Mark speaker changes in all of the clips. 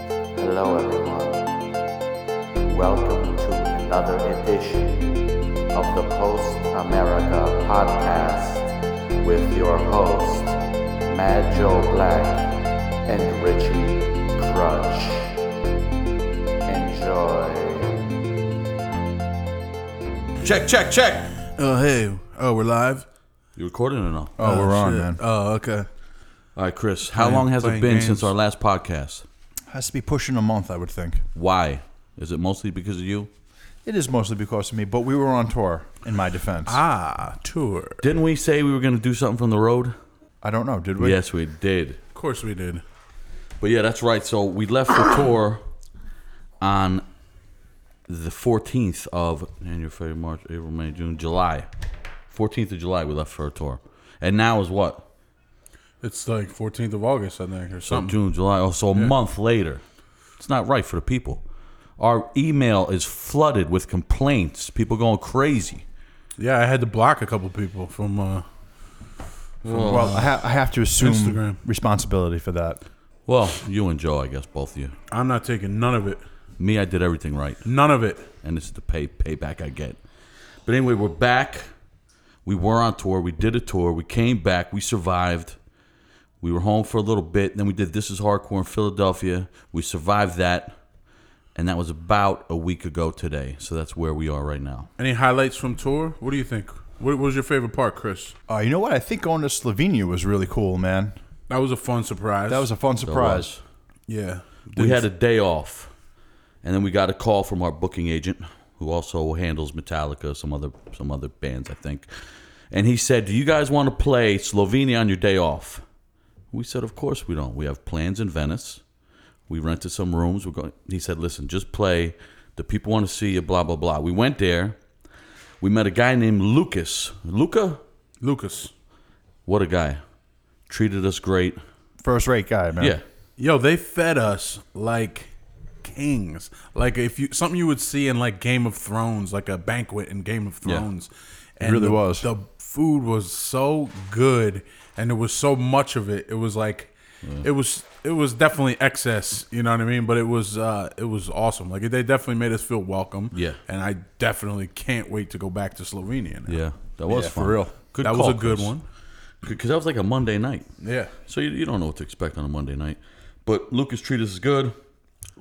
Speaker 1: Hello, everyone. Welcome to another edition of the Post America podcast with your host, Mad Joe Black and Richie Crutch. Enjoy.
Speaker 2: Check, check, check.
Speaker 3: Oh hey, oh we're live.
Speaker 2: You recording or no?
Speaker 4: Oh, we're on,
Speaker 3: Shit.
Speaker 4: man.
Speaker 3: Oh okay.
Speaker 2: All right, Chris. How long has it
Speaker 4: playing
Speaker 2: been
Speaker 4: games.
Speaker 2: since our last podcast?
Speaker 4: Has to be pushing a month, I would think.
Speaker 2: Why? Is it mostly because of you?
Speaker 4: It is mostly because of me, but we were on tour. In my defense, I,
Speaker 3: Ah tour.
Speaker 2: Didn't we say we were going to do something from the road?
Speaker 4: don't know. Did we?
Speaker 2: Yes, we did.
Speaker 3: Of course we did.
Speaker 2: But yeah, that's right. So we left the tour on the 14th of January, February, March, April, May, June, July. 14th of July, we left for a tour. And now is what?
Speaker 3: It's like 14th of August, I think, or
Speaker 2: So
Speaker 3: something.
Speaker 2: June, July. Oh, so a month later. It's not right for the people. Our email is flooded with complaints. People going crazy.
Speaker 3: Yeah, I had to block a couple people from. uh
Speaker 4: Well, I, ha- I have to assume
Speaker 3: Instagram.
Speaker 4: responsibility for that.
Speaker 2: Well, you and Joe, I guess, both of you.
Speaker 3: I'm not taking none of it.
Speaker 2: Me, I did everything right,
Speaker 3: None of it.
Speaker 2: and this is the pay payback I get. But anyway, we're back. We were on tour. We did a tour. We came back. We survived. We were home for a little bit. Then we did This Is Hardcore in Philadelphia. We survived that, and that was about a week ago today. So that's where we are right now.
Speaker 5: Any highlights from tour? What do you think? What was your favorite part, Chris?
Speaker 4: Uh, you know what? I think going to Slovenia was really cool, man.
Speaker 5: That was a fun surprise.
Speaker 4: That was a fun
Speaker 2: So, uh,
Speaker 4: surprise.
Speaker 5: yeah.
Speaker 2: we had a day off, and then we got a call from our booking agent, who also handles Metallica, some other some other bands, I think. And he said, "Do you guys want to play Slovenia on your day off?" We said, "Of course we don't. We have plans in Venice. We rented some rooms. We're going." He said, "Listen, just play. The people want to see you. Blah blah blah." We went there. We met a guy named Lucas. Luca,
Speaker 5: Lucas.
Speaker 2: what a guy! Treated us great.
Speaker 4: First rate guy, man.
Speaker 2: Yeah.
Speaker 5: Yo, they fed us like kings. Like if you something you would see in like Game of Thrones, like a banquet in Game of
Speaker 2: Yeah.
Speaker 5: Thrones. And
Speaker 4: really
Speaker 5: the-
Speaker 4: was.
Speaker 5: The food was so good and there was so much of it. It was like it was it was definitely excess, you know what I mean? But it was uh it was awesome. Like they definitely made us feel welcome.
Speaker 2: Yeah.
Speaker 5: And I definitely can't wait to go back to Slovenia now.
Speaker 2: Yeah, that was
Speaker 5: Yeah,
Speaker 2: fun.
Speaker 5: for real.
Speaker 2: Good
Speaker 5: that
Speaker 2: call,
Speaker 5: was a good
Speaker 2: Chris.
Speaker 5: one.
Speaker 2: because that was like a Monday night.
Speaker 5: Yeah.
Speaker 2: So you, you don't know what to expect on a Monday night. But Lucas treated us good.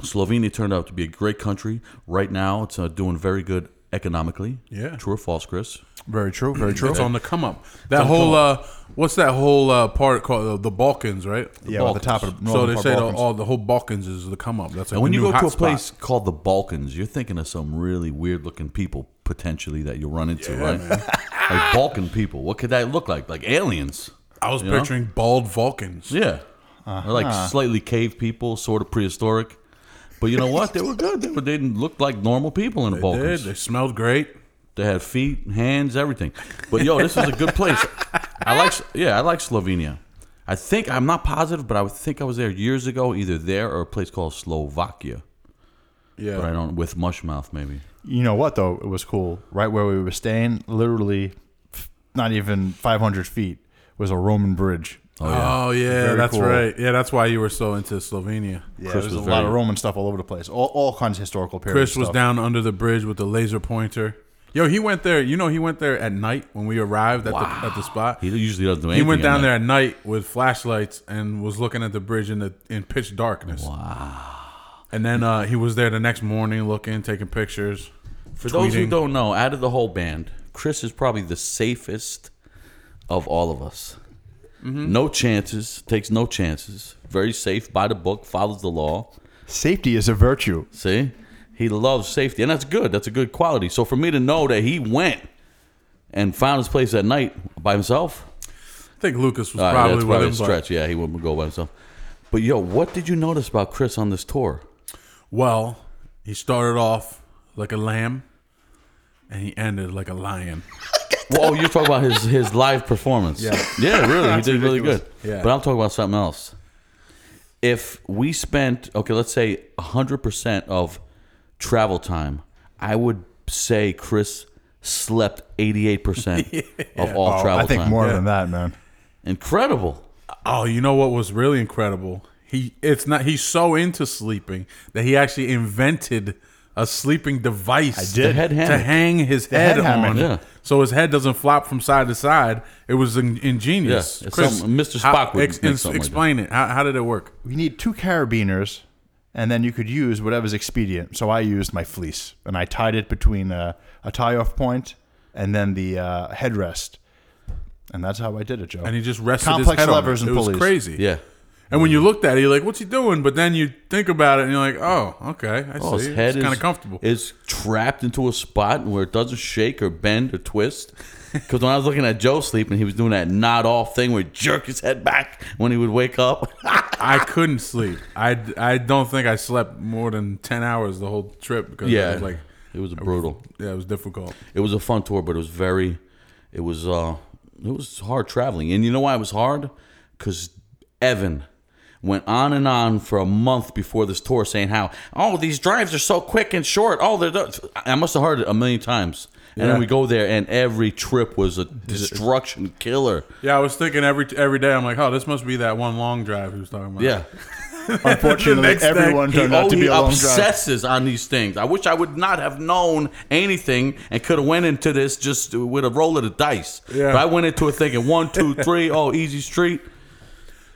Speaker 2: Slovenia turned out to be a great country. Right now, it's uh, doing very good economically.
Speaker 5: Yeah.
Speaker 2: True or false, Chris?
Speaker 4: Very true. Very true.
Speaker 5: It's on the come up. That
Speaker 2: on the
Speaker 5: whole
Speaker 2: come
Speaker 5: uh, what's that whole uh, part called the, the Balkans, right?
Speaker 4: yeah, on the top of the
Speaker 5: so they
Speaker 4: northern part
Speaker 5: say the,
Speaker 4: Balkans.
Speaker 5: all the whole Balkans is the come up. That's like
Speaker 2: And when
Speaker 5: the
Speaker 2: you
Speaker 5: new
Speaker 2: go to a
Speaker 5: hotspot.
Speaker 2: place called the Balkans, you're thinking of some really weird looking people potentially that you'll run into, right? like Balkan people. What could that look like? Like aliens.
Speaker 5: I was
Speaker 2: know?
Speaker 5: picturing bald Vulcans.
Speaker 2: Yeah. Or
Speaker 5: Uh-huh.
Speaker 2: like slightly cave people, sort of prehistoric. But you know what? They were good. They, were, they didn't look like normal people in the
Speaker 5: They did.
Speaker 2: Balkans.
Speaker 5: They smelled great.
Speaker 2: They had feet, hands, everything. But yo, this is a good place. I like, yeah, I like Slovenia. I think I'm not positive, but I would think I was there years ago, either there or a place called Slovakia.
Speaker 5: Yeah.
Speaker 2: But I don't with mushmouth maybe.
Speaker 4: you know what though? It was cool. Right where we were staying, literally, f- not even 500 feet was a Roman bridge.
Speaker 2: Oh yeah,
Speaker 5: Oh yeah,
Speaker 4: Very
Speaker 5: that's
Speaker 4: cool.
Speaker 5: right. Yeah, that's why you were so into Slovenia.
Speaker 4: Yeah,
Speaker 2: Chris
Speaker 4: there's a
Speaker 2: was
Speaker 4: lot
Speaker 2: very-
Speaker 4: of Roman stuff all over the place. All, all kinds of historical periods.
Speaker 5: Chris was down under the bridge with the laser pointer. Yo, he went there. You know, he went there at night when we arrived at the at the spot.
Speaker 2: he usually doesn't do
Speaker 5: He
Speaker 2: anything.
Speaker 5: went
Speaker 2: at
Speaker 5: down
Speaker 2: night.
Speaker 5: there at night with flashlights and was looking at the bridge in the in pitch darkness. Wow. And then uh, he was there the next morning looking, taking pictures.
Speaker 2: For those who
Speaker 5: tweeting.
Speaker 2: don't know, out of the whole band, Chris is probably the safest of all of us.
Speaker 5: Mm-hmm.
Speaker 2: No chances, takes no chances. Very safe, by the book, follows the law.
Speaker 4: Safety is a virtue.
Speaker 2: See, he loves safety, and that's good. That's a good quality. So for me to know that he went and found his place at night by himself,
Speaker 5: I think Lucas was
Speaker 2: all right,
Speaker 5: probably
Speaker 2: that's
Speaker 5: with
Speaker 2: probably
Speaker 5: him.
Speaker 2: a
Speaker 5: but-
Speaker 2: stretch. Yeah, he wouldn't go by himself. But yo, what did you notice about Chris on this tour?
Speaker 5: Well, he started off like a lamb, and he ended like a lion.
Speaker 2: Well, oh, you're talking about his his live performance. Yeah, yeah, really, he did really good.
Speaker 5: Yeah.
Speaker 2: but I'm talking about something else. If we spent okay, let's say 100 percent of travel time, I would say Chris slept 88 percent of all
Speaker 4: Oh,
Speaker 2: travel
Speaker 4: I think
Speaker 2: time.
Speaker 4: more than that, man.
Speaker 2: Incredible.
Speaker 5: Oh, you know what was really incredible? He it's not he's so into sleeping that he actually invented a sleeping device
Speaker 2: I did. The head
Speaker 5: to
Speaker 2: hammock.
Speaker 5: hang his head
Speaker 4: head hammock.
Speaker 5: on.
Speaker 2: Yeah.
Speaker 5: So his head doesn't flop from side to side. It was in, ingenious.
Speaker 2: Yeah, it's something- Mr. Spock would make something like that.
Speaker 5: explain it. How, how did it work?
Speaker 4: You need two carabiners, and then you could use whatever's expedient. So I used my fleece, and I tied it between a, a tie-off point and then the uh, headrest, and that's how I did it, Joe.
Speaker 5: And he just rested
Speaker 4: Complex
Speaker 5: his head
Speaker 4: levers
Speaker 5: on it. it
Speaker 4: and
Speaker 5: was
Speaker 4: pulleys.
Speaker 5: crazy.
Speaker 2: Yeah.
Speaker 5: And when you looked at it, you're like, "What's he doing?" But then you think about it, and you're like, "Oh, okay, I
Speaker 2: Oh, his
Speaker 5: see.
Speaker 2: head
Speaker 5: it's kind of
Speaker 2: is
Speaker 5: comfortable."
Speaker 2: Is trapped into a spot where it doesn't shake or bend or twist. Because when I was looking at Joe sleeping, he was doing that nod off thing where he'd jerk his head back when he would wake up.
Speaker 5: I couldn't sleep. I, I don't think I slept more than ten hours the whole trip because I
Speaker 2: yeah,
Speaker 5: was like,
Speaker 2: it was brutal.
Speaker 5: yeah, it was difficult.
Speaker 2: It was a fun tour, but it was very, it was uh, it was hard traveling. And you know why it was hard? Because Evan went on and on for a month before this tour, saying how oh these drives are so quick and short. Oh, they're the-" I must have heard it a million times. And then we go there, and every trip was a destruction killer.
Speaker 5: Yeah, I was thinking every every day. I'm like, "Oh, this must be that one long drive he was talking about."
Speaker 2: Yeah,
Speaker 4: Unfortunately,
Speaker 5: next day,
Speaker 4: everyone
Speaker 2: he,
Speaker 4: turned out
Speaker 2: oh,
Speaker 4: to be
Speaker 2: he
Speaker 4: a long drive.
Speaker 2: obsesses on these things. I wish I would not have known anything and could have went into this just with a roll of the dice.
Speaker 5: Yeah.
Speaker 2: But I went into it thinking one, two, three, oh, easy street.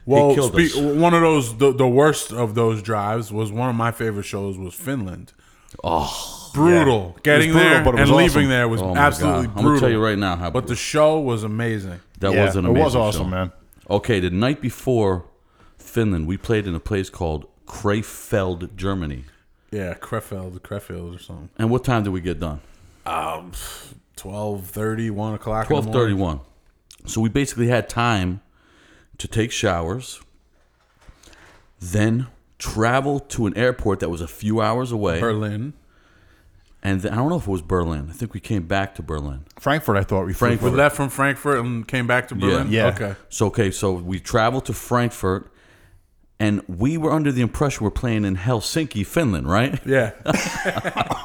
Speaker 5: Well,
Speaker 2: killed
Speaker 5: spe-
Speaker 2: us.
Speaker 5: one of those the, the worst of those drives was one of my favorite shows was Finland. Oh, brutal! Getting
Speaker 4: brutal,
Speaker 5: there
Speaker 4: but it was
Speaker 5: and leaving
Speaker 4: awesome.
Speaker 5: there was
Speaker 2: Oh my
Speaker 5: absolutely
Speaker 2: God. I'm
Speaker 5: brutal.
Speaker 2: gonna tell you right now how
Speaker 5: but the show was amazing.
Speaker 2: that
Speaker 4: Yeah,
Speaker 2: was an
Speaker 4: it
Speaker 2: amazing.
Speaker 4: was awesome,
Speaker 2: show.
Speaker 4: man.
Speaker 2: Okay, the night before Finland, we played in a place called Krefeld, Germany.
Speaker 5: Yeah, Krefeld, Krefeld or something.
Speaker 2: And what time did we get done?
Speaker 5: Um, 12, 1 o'clock. in the
Speaker 2: Twelve
Speaker 5: morning.
Speaker 2: thirty-one. So we basically had time to take showers, then travel to an airport that was a few hours away.
Speaker 5: Berlin.
Speaker 2: and then, I don't know if it was Berlin. I think we came back to Berlin.
Speaker 4: Frankfurt, I thought we
Speaker 5: We
Speaker 2: Frankfurt.
Speaker 5: left from Frankfurt and came back to Berlin.
Speaker 4: Yeah.
Speaker 5: Okay.
Speaker 2: So okay, so we traveled to Frankfurt, and we were under the impression we're playing in Helsinki, Finland, right?
Speaker 5: Yeah.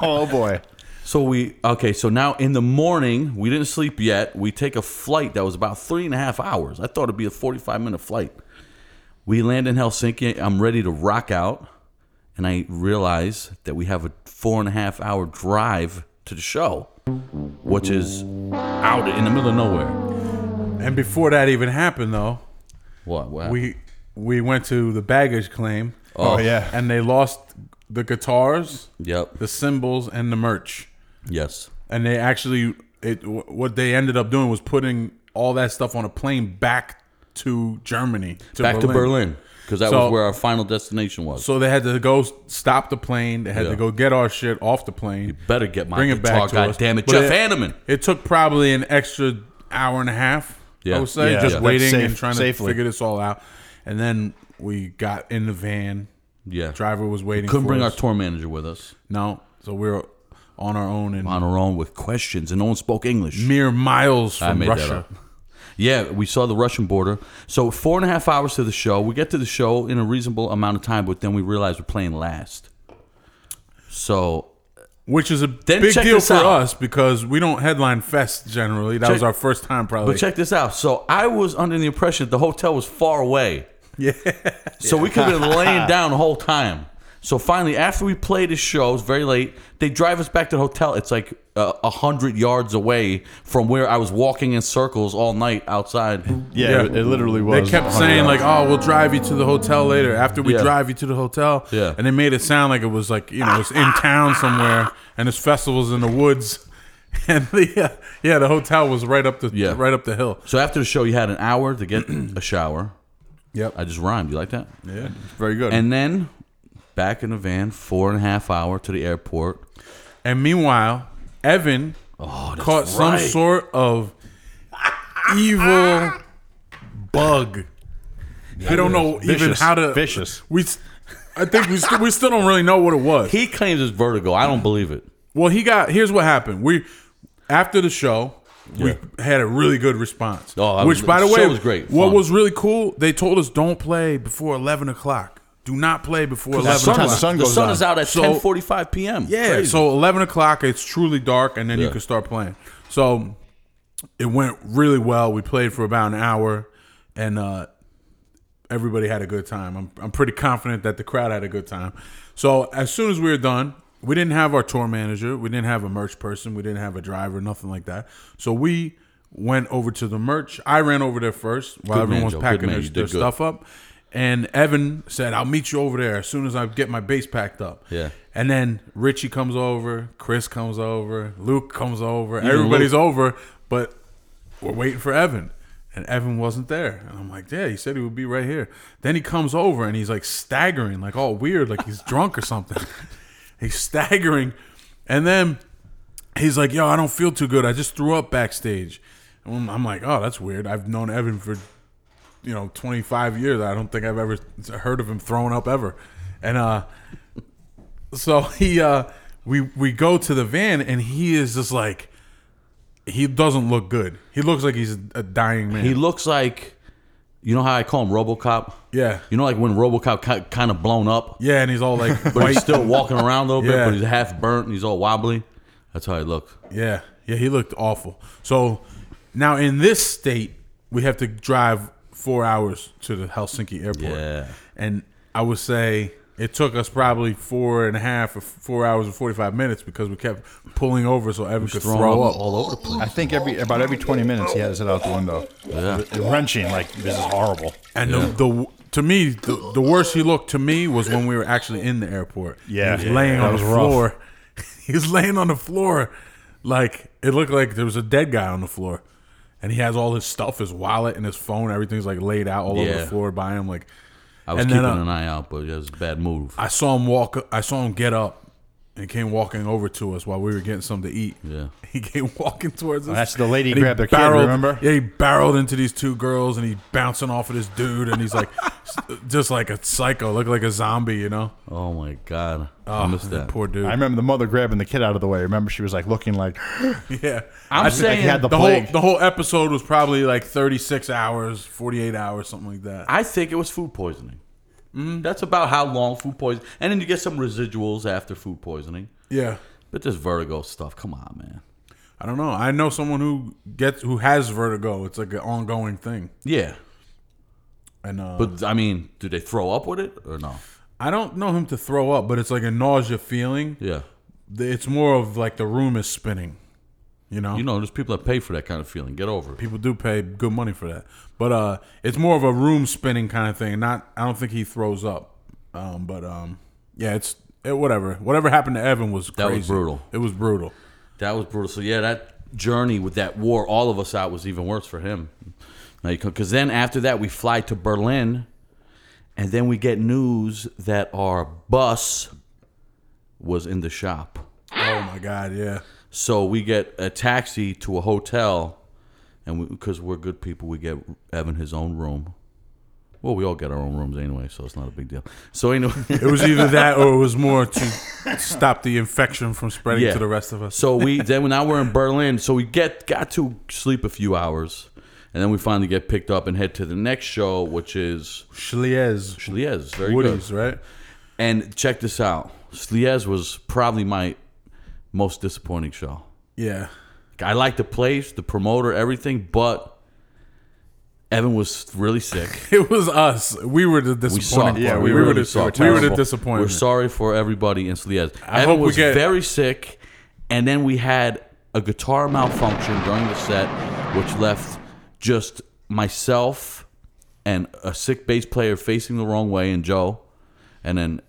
Speaker 4: Oh boy,
Speaker 2: So we okay. So now in the morning, we didn't sleep yet. We take a flight that was about three and a half hours. I thought it'd be a forty-five minute flight. We land in Helsinki. I'm ready to rock out, and I realize that we have a four and a half hour drive to the show, which is out in the middle of nowhere.
Speaker 5: and before that even happened, though,
Speaker 2: What? what happened?
Speaker 5: we we went to the baggage claim.
Speaker 4: Oh, yeah.
Speaker 5: And they lost the guitars,
Speaker 2: Yep.
Speaker 5: the cymbals, and the merch.
Speaker 2: Yes.
Speaker 5: And they actually, it wh- what they ended up doing was putting all that stuff on a plane back to Germany.
Speaker 2: Back to Berlin because that
Speaker 5: So-
Speaker 2: was where our final destination was.
Speaker 5: So they had to go s- stop the plane. They had
Speaker 2: Yeah.
Speaker 5: to go get our shit off the plane.
Speaker 2: Better get my
Speaker 5: bring it
Speaker 2: guitar,
Speaker 5: back to
Speaker 2: God
Speaker 5: us.
Speaker 2: damn it,
Speaker 5: But
Speaker 2: Jeff
Speaker 5: it-
Speaker 2: Hanneman.
Speaker 5: It took probably an extra hour and a half.
Speaker 2: Yeah.
Speaker 5: I would say
Speaker 4: Yeah.
Speaker 5: just
Speaker 4: Yeah.
Speaker 5: waiting
Speaker 4: Safe-
Speaker 5: and trying
Speaker 4: safely.
Speaker 5: to figure this all out. And then we got in the van.
Speaker 2: Yeah.
Speaker 5: driver was waiting.
Speaker 2: Couldn't
Speaker 5: for
Speaker 2: bring our
Speaker 5: us.
Speaker 2: tour manager with us
Speaker 5: no. So we were on our own in
Speaker 2: on our own with questions, and no one spoke English.
Speaker 5: mere miles
Speaker 2: I
Speaker 5: from
Speaker 2: made that
Speaker 5: Russia.
Speaker 2: up. Yeah, we saw the Russian border. So four and a half hours to the show. We get to the show in a reasonable amount of time, but then we realize we're playing last. So
Speaker 5: Which is a
Speaker 2: Then
Speaker 5: big
Speaker 2: check
Speaker 5: deal
Speaker 2: this
Speaker 5: for
Speaker 2: out.
Speaker 5: us because we don't headline fest generally. That was
Speaker 2: Check-
Speaker 5: our first time probably.
Speaker 2: But check this out. So I was under the impression the hotel was far away. Yeah. So we could have been laying down the whole time. So finally, after we played the show, it's very late. They drive us back to the hotel. It's like uh, a hundred yards away from where I was walking in circles all night outside.
Speaker 4: yeah,
Speaker 5: Yeah.
Speaker 4: It, it literally
Speaker 5: they
Speaker 4: was.
Speaker 5: kept
Speaker 4: 100
Speaker 5: saying like,
Speaker 4: yards.
Speaker 5: "Oh, we'll drive you to the hotel later." After we
Speaker 2: Yeah.
Speaker 5: drive you to the hotel,
Speaker 2: Yeah.
Speaker 5: and they made it sound like it was like you know it's in town somewhere, and this festival's in the woods, and the, uh, yeah, the hotel was right up the
Speaker 2: Yeah.
Speaker 5: right up the hill.
Speaker 2: So after the show, you had an hour to get a shower.
Speaker 5: Yep.
Speaker 2: I just rhymed. You like that? Yeah.
Speaker 4: very good.
Speaker 2: And then back in the van, four and a half hour to the airport.
Speaker 5: And meanwhile, Evan caught some
Speaker 2: Oh, right.
Speaker 5: sort of evil bug. I don't know even
Speaker 4: Vicious.
Speaker 5: how to
Speaker 4: Vicious.
Speaker 5: We, s- I think we st- we still don't really know what it was.
Speaker 2: He claims it's vertigo. I don't believe it.
Speaker 5: Well, he got. Here's what happened. We after the show,
Speaker 2: Yeah.
Speaker 5: we had a really good response.
Speaker 2: Oh, I-
Speaker 5: which, by the
Speaker 2: the
Speaker 5: way,
Speaker 2: show was great.
Speaker 5: What
Speaker 2: Fun.
Speaker 5: was really cool? They told us don't play before eleven o'clock. Do not play before eleven
Speaker 4: Sometimes
Speaker 5: o'clock.
Speaker 4: the sun
Speaker 2: The
Speaker 4: goes
Speaker 2: sun
Speaker 4: down.
Speaker 2: is out at
Speaker 5: So-
Speaker 2: 10:45 p.m.
Speaker 5: Yeah.
Speaker 2: Crazy.
Speaker 5: So eleven o'clock, it's truly dark, and then you
Speaker 2: Yeah.
Speaker 5: can start playing. So it went really well. We played for about an hour, and uh, everybody had a good time. I'm, I'm pretty confident that the crowd had a good time. So as soon as we were done, we didn't have our tour manager, we didn't have a merch person, we didn't have a driver, nothing like that. So we went over to the merch. I ran over there first while
Speaker 2: Good man,
Speaker 5: everyone
Speaker 2: Joe.
Speaker 5: was
Speaker 2: Good
Speaker 5: packing
Speaker 2: man.
Speaker 5: their,
Speaker 2: You did
Speaker 5: their
Speaker 2: good.
Speaker 5: stuff up. And Evan said, "I'll meet you over there as soon as I get my bass packed up."
Speaker 2: Yeah.
Speaker 5: And then Richie comes over, Chris comes over, Luke comes over.
Speaker 2: Luke.
Speaker 5: Everybody's over, but we're waiting for Evan. And Evan wasn't there. And I'm like, yeah, he said he would be right here. Then he comes over and he's like staggering, like all weird, like he's drunk or something. he's staggering. And then he's like, yo, I don't feel too good. I just threw up backstage. And I'm- I'm like, oh, that's weird. I've known Evan for, you know, 25 years. I don't think I've ever heard of him throwing up ever. And uh, so he, uh, we, we go to the van and he is just like, he doesn't look good. He looks like he's a dying man.
Speaker 2: He looks like, you know how I call him RoboCop.
Speaker 5: yeah.
Speaker 2: You know, like when RoboCop ki- kind of blown up,
Speaker 5: Yeah, and he's all like
Speaker 2: but
Speaker 5: white.
Speaker 2: he's still walking around a little bit,
Speaker 5: Yeah.
Speaker 2: but he's half burnt and he's all wobbly. That's how he looked.
Speaker 5: Yeah. Yeah, he looked awful. So now in this state, we have to drive four hours to the Helsinki airport.
Speaker 2: Yeah.
Speaker 5: And I would say it took us probably four and a half or four hours and 45 minutes because we kept pulling over so Evan could
Speaker 2: Throwing
Speaker 5: throw
Speaker 2: up
Speaker 5: up.
Speaker 2: all over the place.
Speaker 4: I think every about every 20 minutes he had his head out the window.
Speaker 2: Yeah.
Speaker 4: And Wrenching, like, this is horrible.
Speaker 5: And the, the to me, the, the worst he looked to me was when we were actually in the airport. he
Speaker 4: Yeah.
Speaker 5: was
Speaker 4: Yeah,
Speaker 5: laying
Speaker 4: that
Speaker 5: on
Speaker 4: was
Speaker 5: the
Speaker 4: rough.
Speaker 5: floor. he was laying on the floor, like it looked like there was a dead guy on the floor, and he has all his stuff, his wallet and his phone, everything's like laid out all over
Speaker 2: Yeah.
Speaker 5: the floor by him. Like
Speaker 2: I was
Speaker 5: And
Speaker 2: keeping
Speaker 5: then, uh,
Speaker 2: an eye out, but it was a bad move.
Speaker 5: I saw him walk, I saw him get up, and came walking over to us while we were getting something to eat.
Speaker 2: Yeah.
Speaker 5: he came walking towards us.
Speaker 4: Oh, That's the lady
Speaker 5: And he
Speaker 4: grabbed their kid, remember?
Speaker 5: Yeah, he barreled into these two girls and he bouncing off of this dude and he's like, s- just like a psycho, look like a zombie, you know?
Speaker 2: Oh my god, I missed that.
Speaker 5: Oh, Poor dude.
Speaker 4: I remember the mother grabbing the kid out of the way. Remember, she was like looking like
Speaker 5: yeah.
Speaker 2: I'm
Speaker 4: I feel like
Speaker 2: saying
Speaker 4: he had the,
Speaker 5: The whole
Speaker 4: plague.
Speaker 5: the whole episode was probably like 36 hours, 48 hours, something like that.
Speaker 2: I think it was food poisoning. Mm, That's about how long food poison, and then you get some residuals after food poisoning.
Speaker 5: Yeah.
Speaker 2: But this vertigo stuff, come on, man.
Speaker 5: I don't know. I know someone who gets who has vertigo. It's like an ongoing thing.
Speaker 2: Yeah,
Speaker 5: And uh,
Speaker 2: but I mean, do they throw up with it or no?
Speaker 5: I don't know him to throw up, but it's like a nausea feeling.
Speaker 2: Yeah,
Speaker 5: It's more of like the room is spinning. You know?
Speaker 2: you know, there's people that pay for that kind of feeling. Get over it.
Speaker 5: people do pay good money for that. But uh, it's more of a room spinning kind of thing. Not, I don't think he throws up. Um, but um, yeah, it's it, whatever. Whatever happened to Evan was
Speaker 2: That
Speaker 5: crazy.
Speaker 2: was brutal.
Speaker 5: It was brutal.
Speaker 2: That was brutal. So yeah, that journey with that war, all of us out was even worse for him. Now you because then after that we fly to Berlin, and then we get news that our bus was in the shop.
Speaker 5: Oh my god, yeah.
Speaker 2: So we get a taxi to a hotel, and because we, are good people, we get Evan his own room. Well, we all get our own rooms anyway, so it's not a big deal. So anyway,
Speaker 5: It was either that or it was more to stop the infection from spreading
Speaker 2: Yeah.
Speaker 5: to the rest of us.
Speaker 2: so we then now we're in Berlin. So we get got to sleep a few hours, and then we finally get picked up and head to the next show, which is
Speaker 5: Schliez,
Speaker 2: Schliez. Very good.
Speaker 5: Woody's, right?
Speaker 2: And check this out, Schliez was probably my most disappointing show.
Speaker 5: Yeah.
Speaker 2: I like the place, the promoter, everything, but Evan was really sick.
Speaker 5: It was us. We were the disappointed.
Speaker 2: sucked. Yeah,
Speaker 5: part.
Speaker 2: we
Speaker 5: were
Speaker 2: really
Speaker 5: the
Speaker 2: sucked.
Speaker 5: we were the
Speaker 4: Terrible.
Speaker 5: disappointment.
Speaker 2: We're sorry for everybody in Sliez. Evan
Speaker 5: hope we
Speaker 2: was
Speaker 5: get-
Speaker 2: very sick, and then we had a guitar malfunction during the set, which left just myself and a sick bass player facing the wrong way, and Joe, and then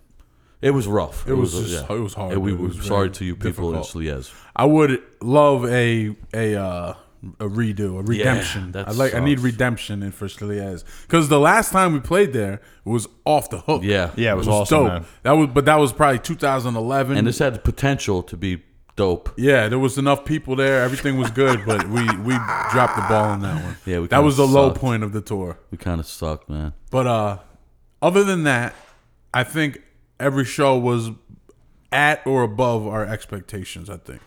Speaker 2: it was rough. It,
Speaker 5: was just- it was hard,
Speaker 2: And we
Speaker 5: dude. It
Speaker 2: were
Speaker 5: was
Speaker 2: sorry
Speaker 5: very
Speaker 2: to you people
Speaker 5: difficult.
Speaker 2: in Sliez.
Speaker 5: I would love a a uh, a redo, a redemption.
Speaker 2: that
Speaker 5: I like. I need
Speaker 2: sucks.
Speaker 5: redemption in for Chiliez because the last time we played there was off the hook.
Speaker 2: Yeah,
Speaker 4: Yeah, it was awesome, man.
Speaker 5: That was, but that was probably 2011.
Speaker 2: and this had the potential to be dope.
Speaker 5: yeah, there was enough people there. Everything was good, but we we dropped the ball on that one.
Speaker 2: Yeah, we
Speaker 5: that was the
Speaker 2: kinda
Speaker 5: low
Speaker 2: sucked.
Speaker 5: point of the tour.
Speaker 2: We kind of sucked, man.
Speaker 5: But uh, other than that, I think every show was at or above our expectations. I think.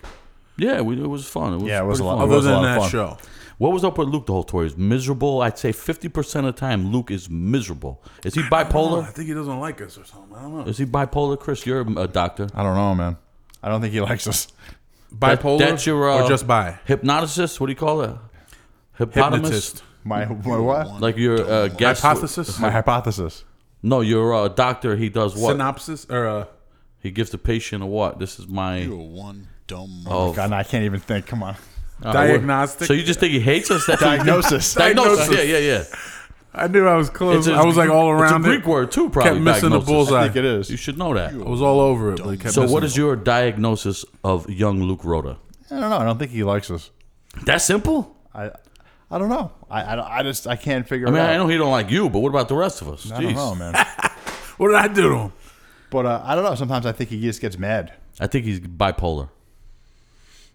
Speaker 2: Yeah, we, it was fun. It was
Speaker 4: Yeah, it was
Speaker 2: pretty
Speaker 4: a lot-
Speaker 2: fun.
Speaker 4: it
Speaker 5: Other
Speaker 4: was a
Speaker 5: than
Speaker 4: lot of
Speaker 5: that
Speaker 4: fun.
Speaker 5: show,
Speaker 2: What was up with Luke the whole tour? He's miserable. I'd say 50% of the time, Luke is miserable. Is he
Speaker 5: Oh, I
Speaker 2: bipolar?
Speaker 5: think he doesn't like us or something. I don't know.
Speaker 2: Is he bipolar, Chris? You're a doctor.
Speaker 4: I don't know, man. I don't think he likes us.
Speaker 5: bipolar
Speaker 2: that's your, uh,
Speaker 5: or just bi
Speaker 2: Hypnotist? What do you call it? Hypnotist?
Speaker 5: hypnotist
Speaker 4: My my what?
Speaker 2: Like your uh, guess.
Speaker 5: Hypothesis?
Speaker 4: My hypothesis.
Speaker 2: No, your uh, doctor. He does what?
Speaker 5: Synopsis? Or, uh,
Speaker 2: he gives the patient a what? This is my.
Speaker 6: You're one dumb.
Speaker 2: Oh,
Speaker 4: God, no, I can't even think. Come on.
Speaker 5: diagnostic?
Speaker 2: uh, so you just think he hates us? That's what you-
Speaker 4: Diagnosis.
Speaker 2: Diagnosis. Yeah, yeah, yeah.
Speaker 5: I knew I was close.
Speaker 2: It's a-
Speaker 5: I was like all
Speaker 2: it's
Speaker 5: around
Speaker 2: a Greek
Speaker 5: it.
Speaker 2: word too. Probably
Speaker 5: Kept missing the
Speaker 2: diagnosis.
Speaker 5: bullseye.
Speaker 4: I think it
Speaker 2: You
Speaker 4: is.
Speaker 2: should know that.
Speaker 5: I was all over it. But it kept
Speaker 2: So, what
Speaker 5: missing
Speaker 2: is your diagnosis of young Luke Rota?
Speaker 4: I don't know. I don't think he likes us.
Speaker 2: That simple?
Speaker 4: I I don't know. I I, don't- I just I can't figure
Speaker 2: I mean,
Speaker 4: it out.
Speaker 2: I know he don't like you, but what about the rest of us?
Speaker 4: I don't
Speaker 2: Jeez.
Speaker 4: know, man.
Speaker 5: it. What did I do to him?
Speaker 4: But uh, I don't know. Sometimes I think he just gets mad.
Speaker 2: I think he's bipolar.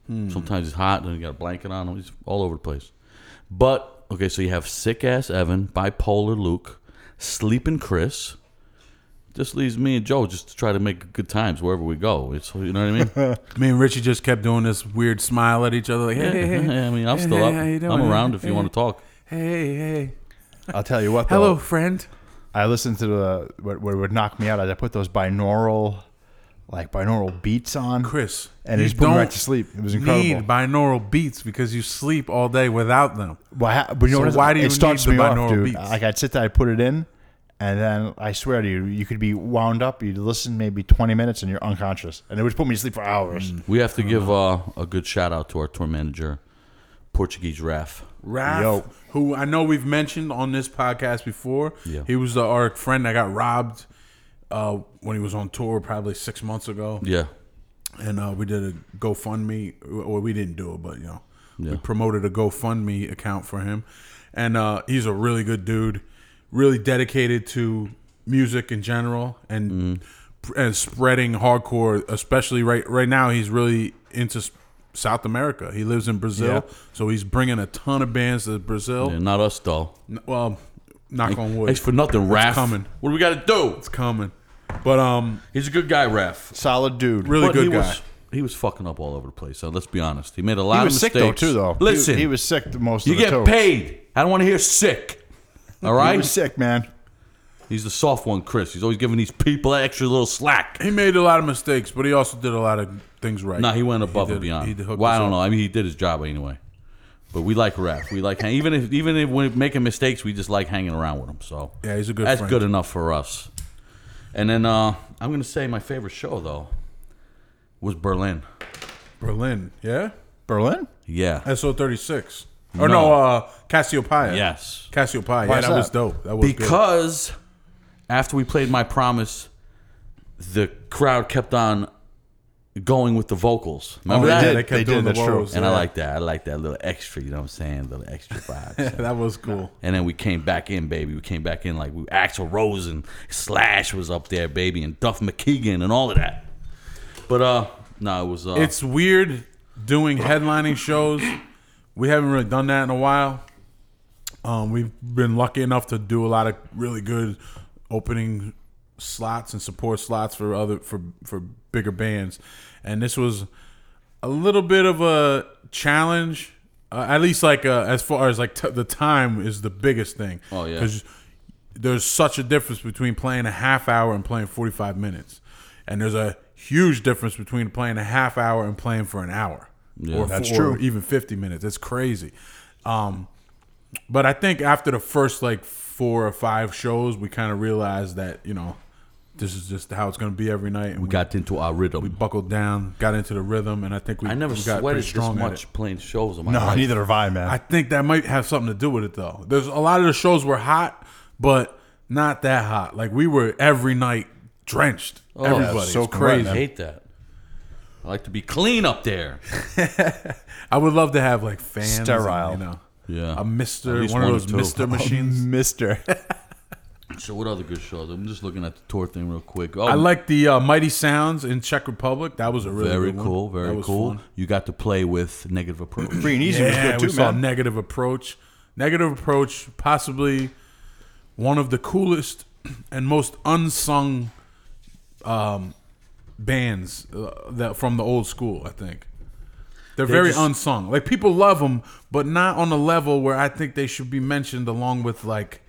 Speaker 5: Hmm.
Speaker 2: Sometimes he's hot, then he got a blanket on him. He's all over the place. But okay, so you have sick ass Evan, bipolar Luke, sleeping Chris. Just leaves me and Joe just to try to make good times wherever we go. It's you know what I mean.
Speaker 5: Me and Richie just kept doing this weird smile at each other, like, hey, hey, hey,
Speaker 2: I mean, I'm
Speaker 5: Hey,
Speaker 2: still
Speaker 5: hey,
Speaker 2: up.
Speaker 5: how you doing?
Speaker 2: I'm around if you
Speaker 5: Hey.
Speaker 2: want to talk.
Speaker 5: hey, hey.
Speaker 4: I'll tell you what. Though,
Speaker 5: Hello, friend.
Speaker 4: I listened to the what, what would knock me out. is I put those binaural, like binaural beats on,
Speaker 5: Chris.
Speaker 4: and it
Speaker 5: you
Speaker 4: just put me right
Speaker 5: don't
Speaker 4: to sleep. It was
Speaker 5: Need
Speaker 4: incredible.
Speaker 5: binaural beats because you sleep all day without them.
Speaker 4: Well, ha- but you
Speaker 5: So
Speaker 4: know what?
Speaker 5: why do you
Speaker 4: it starts
Speaker 5: need the
Speaker 4: me off,
Speaker 5: binaural
Speaker 4: dude.
Speaker 5: beats?
Speaker 4: Like I'd sit there, I'd put it in, and then I swear to you, you could be wound up. You'd listen maybe twenty minutes, and you're unconscious, and it would put me to sleep for hours.
Speaker 5: Mm.
Speaker 2: We have to give uh, a good shout out to our tour manager, Portuguese Raf.
Speaker 5: Raph,
Speaker 4: Yo.
Speaker 5: who I know we've mentioned on this podcast before.
Speaker 2: Yeah.
Speaker 5: He was the, our friend that got robbed uh, when he was on tour probably six months ago.
Speaker 2: Yeah,
Speaker 5: And uh, we did a GoFundMe. Well, we didn't do it, but, you know,
Speaker 2: Yeah.
Speaker 5: we promoted a GoFundMe account for him. And uh, he's a really good dude, really dedicated to music in general and
Speaker 2: Mm-hmm.
Speaker 5: and spreading hardcore, especially right right now. He's really into s- South America. He lives in Brazil,
Speaker 4: Yeah.
Speaker 5: so he's bringing a ton of bands to Brazil.
Speaker 2: Yeah, not us though.
Speaker 5: N- Well, knock on wood.
Speaker 2: Thanks for nothing, Raf.
Speaker 5: coming.
Speaker 2: What do we got to do?
Speaker 5: It's coming. But um,
Speaker 2: He's a good guy, Raf.
Speaker 4: Solid dude.
Speaker 5: really
Speaker 2: But
Speaker 5: good
Speaker 2: he
Speaker 5: guy.
Speaker 2: Was, he was fucking up all over the place. So let's be honest. He made a lot
Speaker 4: He
Speaker 2: of
Speaker 4: was sick
Speaker 2: mistakes.
Speaker 4: though too, though. He-
Speaker 2: Listen,
Speaker 4: he, was sick the most.
Speaker 2: You
Speaker 4: of the
Speaker 2: get
Speaker 4: two.
Speaker 2: paid. I don't want to hear sick. All right.
Speaker 4: He was sick, man.
Speaker 2: He's the soft one, Chris. He's always giving these people that extra little slack.
Speaker 5: he made a lot of mistakes, but he also did a lot of things right.
Speaker 2: No, he went above
Speaker 5: did-
Speaker 2: and beyond.
Speaker 5: he hooked
Speaker 2: well, I
Speaker 5: us
Speaker 2: don't
Speaker 5: up.
Speaker 2: know. I mean, he did his job anyway. But we like Raf. We like hang- even if even if we're making mistakes, we just like hanging around with him. So
Speaker 5: Yeah, he's a good
Speaker 2: That's
Speaker 5: friend.
Speaker 2: good enough for us. And then uh, I'm gonna say my favorite show though was Berlin.
Speaker 5: Berlin, yeah.
Speaker 4: Berlin.
Speaker 2: Yeah.
Speaker 5: SO thirty six. Or
Speaker 2: No.
Speaker 5: no, uh, Cassiopeia.
Speaker 2: Yes.
Speaker 5: Cassiopeia. Yeah,
Speaker 4: Why's
Speaker 5: that,
Speaker 4: that?
Speaker 5: was dope. That was good.
Speaker 2: because after we played my promise the crowd kept on going with the vocals remember
Speaker 5: Yeah,
Speaker 2: that
Speaker 4: did.
Speaker 5: Oh, they kept
Speaker 4: They
Speaker 5: doing
Speaker 4: did,
Speaker 5: the
Speaker 4: that's true.
Speaker 5: woes,
Speaker 2: and i
Speaker 5: yeah.
Speaker 2: like that i like that little extra you know what i'm saying little extra vibes
Speaker 5: that was cool.
Speaker 2: and then we came back in baby we came back in like we axel rose and slash was up there baby and duff mckeegan and all of that but uh no it was uh
Speaker 5: It's weird doing headlining shows. We haven't really done that in a while. Um, we've been lucky enough to do a lot of really good opening slots and support slots for other for for bigger bands, and this was a little bit of a challenge. Uh, at least like uh, as far as like t- the time is the biggest thing.
Speaker 2: Oh, yeah.
Speaker 5: 'Cause there's such a difference between playing a half hour and playing 45 minutes. And there's a huge difference between playing a half hour and playing for an hour. or
Speaker 4: That's
Speaker 5: or
Speaker 4: true.
Speaker 5: Even 50 minutes. It's crazy. Um, but I think after the first like four or five shows, we kind of realized that, you know, this is just how it's going to be every night. And we,
Speaker 2: we got into our rhythm
Speaker 5: buckled down, got into the rhythm, and I think we
Speaker 2: i never
Speaker 5: we got
Speaker 2: sweated
Speaker 5: pretty
Speaker 2: this
Speaker 5: strong at it.
Speaker 2: much playing shows in my
Speaker 4: No,
Speaker 2: life
Speaker 4: Oh, neither have I, man.
Speaker 5: I think that might have something to do with it though. There's a lot of the shows were hot, but not that hot. Like we were every night drenched.
Speaker 2: Oh,
Speaker 5: Everybody,
Speaker 4: yeah, so
Speaker 5: it's crazy.
Speaker 2: i hate that i like to be clean up there
Speaker 5: I would love to have like fans, and,
Speaker 4: Sterile.
Speaker 5: you know,
Speaker 2: yeah
Speaker 5: a Mister,
Speaker 2: least
Speaker 5: one of
Speaker 2: one
Speaker 5: those
Speaker 2: or two.
Speaker 5: Mister machines.
Speaker 4: Mister.
Speaker 2: So what other good shows? I'm just looking at the tour thing real quick. Oh,
Speaker 5: I like the uh, Mighty Sounds in Czech Republic. That was a really
Speaker 2: very
Speaker 5: good one.
Speaker 2: cool,
Speaker 5: That
Speaker 2: very
Speaker 5: was
Speaker 2: cool.
Speaker 5: fun.
Speaker 2: You got to play with negative approach.
Speaker 4: Free and easy
Speaker 5: Yeah,
Speaker 4: was
Speaker 5: we
Speaker 4: good too,
Speaker 5: saw
Speaker 4: man.
Speaker 5: Negative Approach. Negative Approach, possibly one of the coolest and most unsung um, bands uh, that from the old school. I think they're very
Speaker 2: just-
Speaker 5: unsung. Like people love them, but not on a level where I think they should be mentioned along with like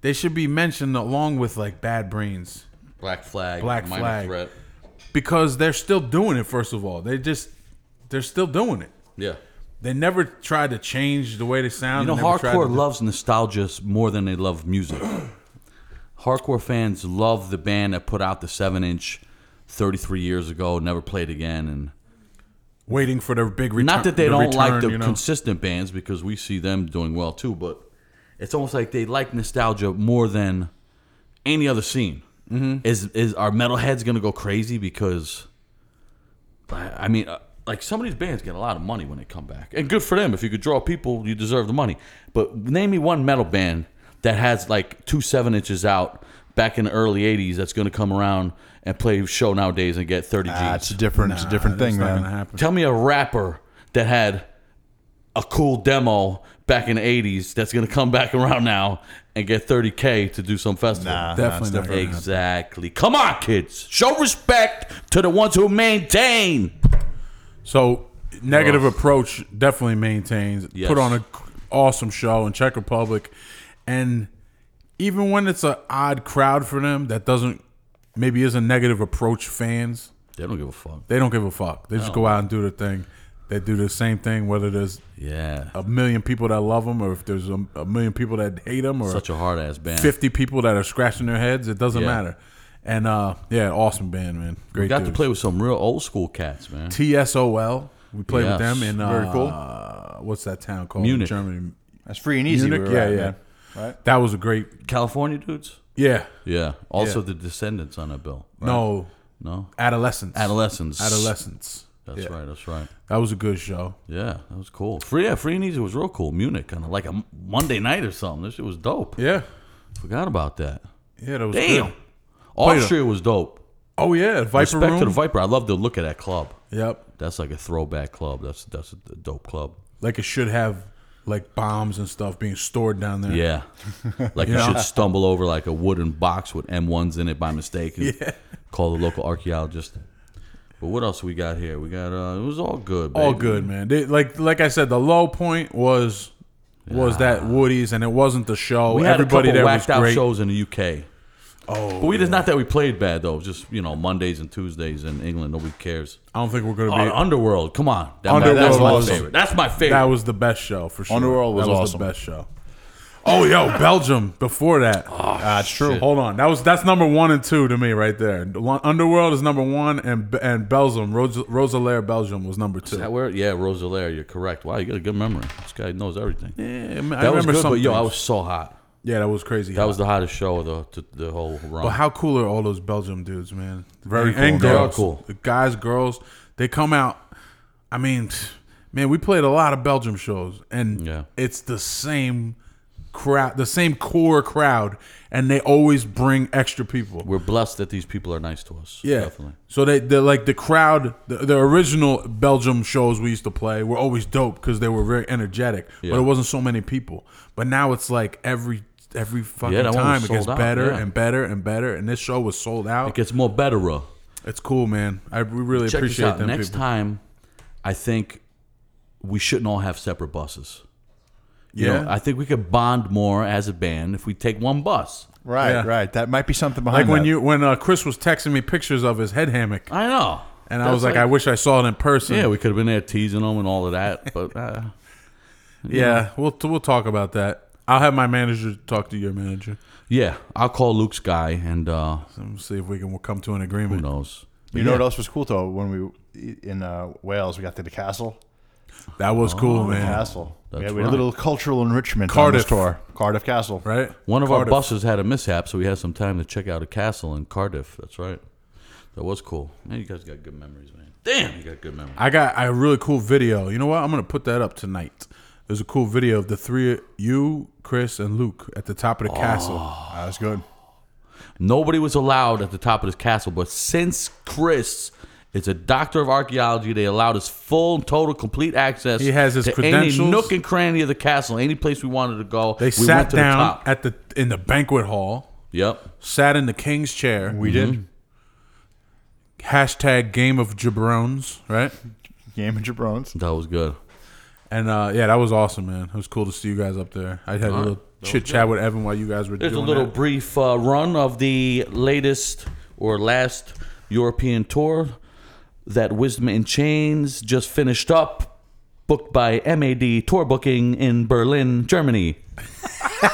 Speaker 5: they should be mentioned along with like Bad Brains
Speaker 2: Black flag.
Speaker 5: Black
Speaker 2: minor
Speaker 5: Flag.
Speaker 2: Threat.
Speaker 5: because they're still doing it. First of all, they just they're still doing it
Speaker 2: Yeah.
Speaker 5: They never tried to change the way they sound.
Speaker 2: You know,
Speaker 5: They never tried
Speaker 2: hardcore
Speaker 5: to-
Speaker 2: loves nostalgia s- more than they love music. hardcore fans love the band that put out the seven inch 33 years ago, never played again, and
Speaker 5: waiting for their big return.
Speaker 2: not that they
Speaker 5: the
Speaker 2: don't like
Speaker 5: return,
Speaker 2: the
Speaker 5: you know?
Speaker 2: consistent bands because we see them doing well too, but it's almost like they like nostalgia more than any other scene. Mm-hmm. Is is our metalheads gonna go crazy because? I I mean, uh, like some of these bands get a lot of money when they come back, and good for them. If you could draw people, you deserve the money. But name me one metal band that has like two seven inches out back in the early '80s that's gonna come around and play a show nowadays and get thirty G's.
Speaker 4: Ah, it's a different, it's a different
Speaker 5: That's
Speaker 4: thing,
Speaker 5: not gonna
Speaker 4: man.
Speaker 5: happen.
Speaker 2: Tell me a rapper that had a cool demo back in the 80s that's going to come back around now and get 30K to do some festival.
Speaker 4: Nah,
Speaker 5: Definitely
Speaker 4: nah, it's
Speaker 5: never.
Speaker 4: different.
Speaker 2: Exactly. Come on, kids. Show respect to the ones who maintain.
Speaker 5: So negative approach definitely maintains.
Speaker 2: Yes.
Speaker 5: Put on an awesome show in Czech Republic, and even when it's an odd crowd for them that doesn't maybe is a negative approach fans,
Speaker 2: They don't give a fuck.
Speaker 5: they don't give a fuck. They just go out and do their thing. They do the same thing whether there's
Speaker 2: Yeah.
Speaker 5: a million people that love them or if there's a, a million people that hate them or
Speaker 2: Such a hard ass band.
Speaker 5: 50 people that are scratching their heads. It doesn't
Speaker 2: Yeah.
Speaker 5: matter. And uh, yeah, awesome band, man. Great.
Speaker 2: we got to
Speaker 5: dudes.
Speaker 2: play with some real old school cats, man.
Speaker 5: TSOL. We played
Speaker 2: Yes.
Speaker 5: with them in uh,
Speaker 4: Very cool.
Speaker 5: what's that town called?
Speaker 2: Munich.
Speaker 5: Germany.
Speaker 4: That's free and easy.
Speaker 5: Munich.
Speaker 4: we were
Speaker 5: yeah,
Speaker 4: at,
Speaker 5: yeah.
Speaker 4: man. Right.
Speaker 5: That was a great.
Speaker 2: California dudes?
Speaker 5: Yeah.
Speaker 2: Yeah. Also the descendants on that bill. right?
Speaker 5: No.
Speaker 2: No?
Speaker 5: Adolescence.
Speaker 2: Adolescents.
Speaker 5: Adolescence.
Speaker 2: That's
Speaker 5: Yeah.
Speaker 2: right. That's right.
Speaker 5: That was a good show.
Speaker 2: Yeah, that was cool. Free, yeah, free and easy was real cool. Munich, kind of like a M- Monday night or something. This shit was dope.
Speaker 5: Yeah.
Speaker 2: Forgot about that.
Speaker 5: Yeah, that was
Speaker 2: Damn,
Speaker 5: good.
Speaker 2: Austria was dope.
Speaker 5: Oh yeah, Viper
Speaker 2: Respect
Speaker 5: Room.
Speaker 2: to the Viper. I love the look of that club.
Speaker 5: Yep.
Speaker 2: That's like a throwback club. That's that's a dope club.
Speaker 5: Like it should have like bombs and stuff being stored down there.
Speaker 2: Yeah, like you should stumble over like a wooden box with M ones in it by mistake. And Call the local archaeologist. But what else we got here? We got uh, it was all good.
Speaker 5: All
Speaker 2: baby.
Speaker 5: good, man. They, like like I said, the low point was was that Woody's, and it wasn't the show.
Speaker 2: We had
Speaker 5: Everybody
Speaker 2: a couple
Speaker 5: there was
Speaker 2: whacked out
Speaker 5: great.
Speaker 2: shows in the UK. Oh, but we just not that we played bad though. It was Just you know Mondays and Tuesdays in England, nobody cares.
Speaker 5: I don't think we're gonna
Speaker 2: Oh,
Speaker 5: be.
Speaker 2: Underworld, come on, that,
Speaker 5: Underworld
Speaker 2: that's my
Speaker 5: was-
Speaker 2: favorite. That's my favorite.
Speaker 5: That was the best show for sure.
Speaker 4: Underworld was
Speaker 5: that was
Speaker 4: awesome.
Speaker 5: the best show. Oh yo, Belgium before that.
Speaker 2: Ah,
Speaker 5: Ah,
Speaker 4: That's true.
Speaker 5: Hold on, that was that's number one and two to me right there. Underworld is number one, and and Belgium, Ros- Rosalaire, Belgium was number two.
Speaker 2: Is that where? Yeah, Rosalaire, you're correct. Wow, you got a good memory. This guy knows everything.
Speaker 5: yeah, I
Speaker 2: that was
Speaker 5: remember
Speaker 2: good, but yo, I
Speaker 5: things.
Speaker 2: was so hot.
Speaker 5: yeah, that was crazy.
Speaker 2: That was the hottest show of the to, the whole run.
Speaker 5: But how cool are all those Belgium dudes, man?
Speaker 4: Very
Speaker 5: and, And
Speaker 4: cool,
Speaker 5: girls,
Speaker 4: man.
Speaker 2: They are cool.
Speaker 5: The guys, girls, they come out. I mean, man, we played a lot of Belgium shows, and
Speaker 2: Yeah.
Speaker 5: it's the same crowd, the same core crowd, and they always bring extra people.
Speaker 2: We're blessed that these people are nice to us.
Speaker 5: yeah,
Speaker 2: definitely.
Speaker 5: So they, they're like the crowd. The, the original Belgium shows we used to play were always dope because they were very energetic,
Speaker 2: Yeah.
Speaker 5: but it wasn't so many people. But now it's like every every fucking
Speaker 2: that one was
Speaker 5: time it gets
Speaker 2: sold out,
Speaker 5: better
Speaker 2: yeah.
Speaker 5: and better and better, and this show was sold out.
Speaker 2: It gets more betterer.
Speaker 5: It's cool, man. I we really
Speaker 2: Check this
Speaker 5: appreciate
Speaker 2: out.
Speaker 5: them
Speaker 2: Next
Speaker 5: people.
Speaker 2: time, I think we shouldn't all have separate buses. You
Speaker 5: yeah,
Speaker 2: know, I think we could bond more as a band if we take one bus.
Speaker 4: Right,
Speaker 5: Yeah.
Speaker 4: right. That might be something behind
Speaker 5: like when
Speaker 4: that.
Speaker 5: you when uh, Chris was texting me pictures of his head hammock,
Speaker 2: I know.
Speaker 5: and I
Speaker 2: That's
Speaker 5: was like, I wish I saw it in person.
Speaker 2: yeah, we could have been there teasing them and all of that, but uh,
Speaker 5: yeah. We'll we'll talk about that. I'll have my manager talk to your manager
Speaker 2: yeah, I'll call Luke's guy and uh,
Speaker 5: and see if we can come to an
Speaker 2: who
Speaker 5: agreement.
Speaker 2: knows.
Speaker 4: You know what else was cool though? When we in uh, Wales, we got to the castle.
Speaker 5: That was cool, man.
Speaker 4: Castle.
Speaker 2: That's
Speaker 4: yeah, we had
Speaker 2: right.
Speaker 4: a little cultural enrichment.
Speaker 5: Cardiff.
Speaker 4: on this tour. Cardiff Castle.
Speaker 5: Right?
Speaker 2: One of
Speaker 5: Cardiff.
Speaker 2: our buses had a mishap, so we had some time to check out a castle in Cardiff. That's right. That was cool. Man, you guys got good memories, man. Damn, you got good memories.
Speaker 5: I got a really cool video. You know what? I'm gonna put that up tonight. There's a cool video of the three of you, Chris, and Luke at the top of the
Speaker 2: Oh.
Speaker 5: castle.
Speaker 4: That was good.
Speaker 2: Nobody was allowed at the top of this castle, but since Chris is a doctor of archaeology, they allowed us full, total, complete access.
Speaker 5: He has his
Speaker 2: to Any
Speaker 5: credentials.
Speaker 2: nook and cranny of the castle, any place we wanted to go.
Speaker 5: They
Speaker 2: we went
Speaker 5: sat
Speaker 2: to The
Speaker 5: down
Speaker 2: top.
Speaker 5: at the in the banquet hall.
Speaker 2: Yep.
Speaker 5: sat in the king's chair.
Speaker 4: We did
Speaker 2: Mm-hmm.
Speaker 5: Hashtag game of jabrones, right?
Speaker 4: game of jabrones.
Speaker 2: That was good.
Speaker 5: And uh, yeah, that was awesome, man. It was cool to see you guys up there. I had a little chit chat with Evan while you guys were
Speaker 2: There's a
Speaker 5: doing
Speaker 2: little
Speaker 5: that.
Speaker 2: brief uh, run of the latest or last European tour that Wisdom in Chains just finished up. booked by MAD Tour Booking in Berlin, Germany.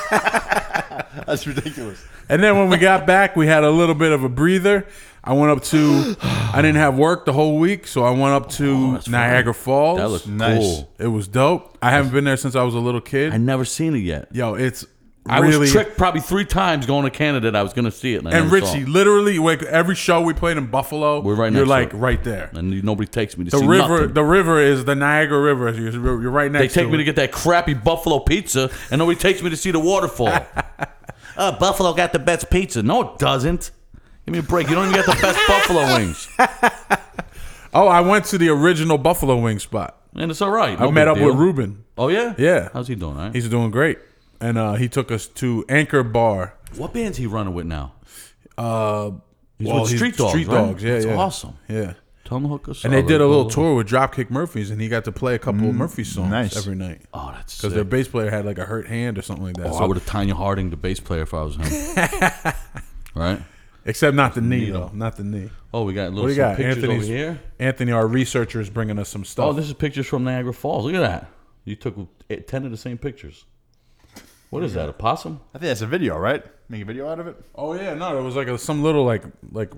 Speaker 4: That's ridiculous.
Speaker 5: And then when we got back, we had a little bit of a breather. I went up to, I didn't have work the whole week, so I went up to Niagara Falls.
Speaker 2: Oh, That looks
Speaker 4: Nice.
Speaker 2: cool.
Speaker 5: it was dope. I haven't been there since I was a little
Speaker 2: I
Speaker 5: kid.
Speaker 2: never seen it yet.
Speaker 5: Yo, it's
Speaker 2: I
Speaker 5: really
Speaker 2: was tricked probably three times going to Canada that I was going to see it. And, I
Speaker 5: and
Speaker 2: never saw
Speaker 5: Richie,
Speaker 2: it.
Speaker 5: literally, like every show we played in Buffalo,
Speaker 2: We're right
Speaker 5: you're
Speaker 2: next to
Speaker 5: like
Speaker 2: it.
Speaker 5: right there.
Speaker 2: and nobody takes me to
Speaker 5: The
Speaker 2: see
Speaker 5: river,
Speaker 2: nothing.
Speaker 5: the river is the Niagara River. You're, you're right
Speaker 2: They
Speaker 5: next.
Speaker 2: take
Speaker 5: to
Speaker 2: me
Speaker 5: it.
Speaker 2: to get that crappy buffalo pizza, and nobody takes me to see the waterfall. uh, buffalo got the best pizza. No, it doesn't. Give me a break. You don't even get the best buffalo wings,
Speaker 5: Oh, I went to the original Buffalo Wing spot.
Speaker 2: and it's all right. No
Speaker 5: I met
Speaker 2: big
Speaker 5: up
Speaker 2: deal.
Speaker 5: with Ruben.
Speaker 2: Oh yeah,
Speaker 5: Yeah.
Speaker 2: How's he doing? All right?
Speaker 5: He's doing great, and uh, he took us to Anchor Bar.
Speaker 2: What band's he running with now?
Speaker 5: Uh,
Speaker 2: He's
Speaker 5: well,
Speaker 2: with
Speaker 5: he's
Speaker 2: Street Dogs.
Speaker 5: Street
Speaker 2: right?
Speaker 5: Dogs, yeah,
Speaker 2: That's
Speaker 5: yeah.
Speaker 2: awesome. Oh,
Speaker 5: yeah.
Speaker 2: Tell him to hook us
Speaker 5: And
Speaker 2: up.
Speaker 5: they did a little tour with Dropkick Murphys, and he got to play a couple of Murphy songs
Speaker 4: nice.
Speaker 5: every night
Speaker 2: Oh,
Speaker 5: because
Speaker 2: that's Mm. sick.
Speaker 5: their bass player had like a hurt hand or something like that.
Speaker 2: Oh, I
Speaker 5: so,
Speaker 2: would have Tanya Harding the bass player if I was him. right?
Speaker 5: except not the knee though, not the knee.
Speaker 2: Oh, we got little
Speaker 5: What do you
Speaker 2: some
Speaker 5: got?
Speaker 2: pictures
Speaker 5: Anthony's
Speaker 2: over here.
Speaker 5: Anthony, our researcher, is bringing us some stuff.
Speaker 2: Oh, this is pictures from Niagara Falls. Look at that. You took eight- ten of the same pictures. What is that? A possum?
Speaker 4: I think that's a video, right? Make a video out of it.
Speaker 5: oh yeah, no, it was like a, some little like like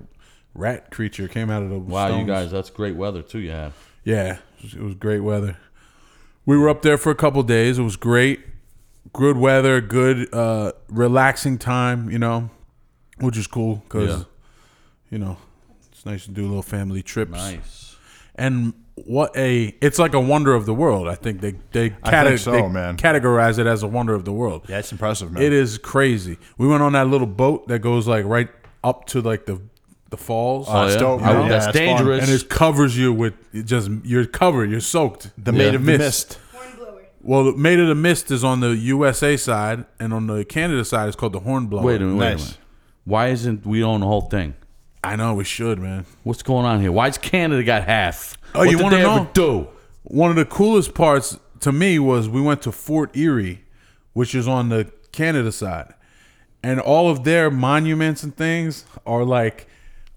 Speaker 5: rat creature came out of the.
Speaker 2: Wow, you
Speaker 5: stones.
Speaker 2: guys, that's great weather too. You had.
Speaker 5: Yeah, it was, it was great weather. We were up there for a couple days. It was great, good weather, good uh, relaxing time. You know, which is cool because
Speaker 2: Yeah.
Speaker 5: you know it's nice to do little family trips.
Speaker 2: Nice.
Speaker 5: And what a it's like a wonder of the world. I think they they,
Speaker 4: I
Speaker 5: cate-
Speaker 4: think so,
Speaker 5: they
Speaker 4: man.
Speaker 5: categorize it as a wonder of the world.
Speaker 4: Yeah, it's impressive, man.
Speaker 5: It is crazy. We went on that little boat that goes like right up to like the the falls.
Speaker 4: that's
Speaker 2: yeah?
Speaker 4: dope,
Speaker 2: Oh, that's
Speaker 4: man. Yeah, it's fun.
Speaker 2: dangerous.
Speaker 5: and it covers you with it just you're covered. You're soaked.
Speaker 4: The Maid of the
Speaker 5: Mist.
Speaker 4: Mist.
Speaker 1: Hornblower.
Speaker 5: Well, Made of the Mist is on the USA side, and on the Canada side, it's called the Hornblower.
Speaker 2: Wait a minute. Wait a
Speaker 4: Nice.
Speaker 2: minute. Why isn't we own the whole thing?
Speaker 5: I know we should, man.
Speaker 2: What's going on here? Why's Canada got half?
Speaker 5: Oh,
Speaker 2: What
Speaker 5: you
Speaker 2: did
Speaker 5: wanna
Speaker 2: they ever
Speaker 5: know?
Speaker 2: Do
Speaker 5: One of the coolest parts to me was we went to Fort Erie, which is on the Canada side, and all of their monuments and things are like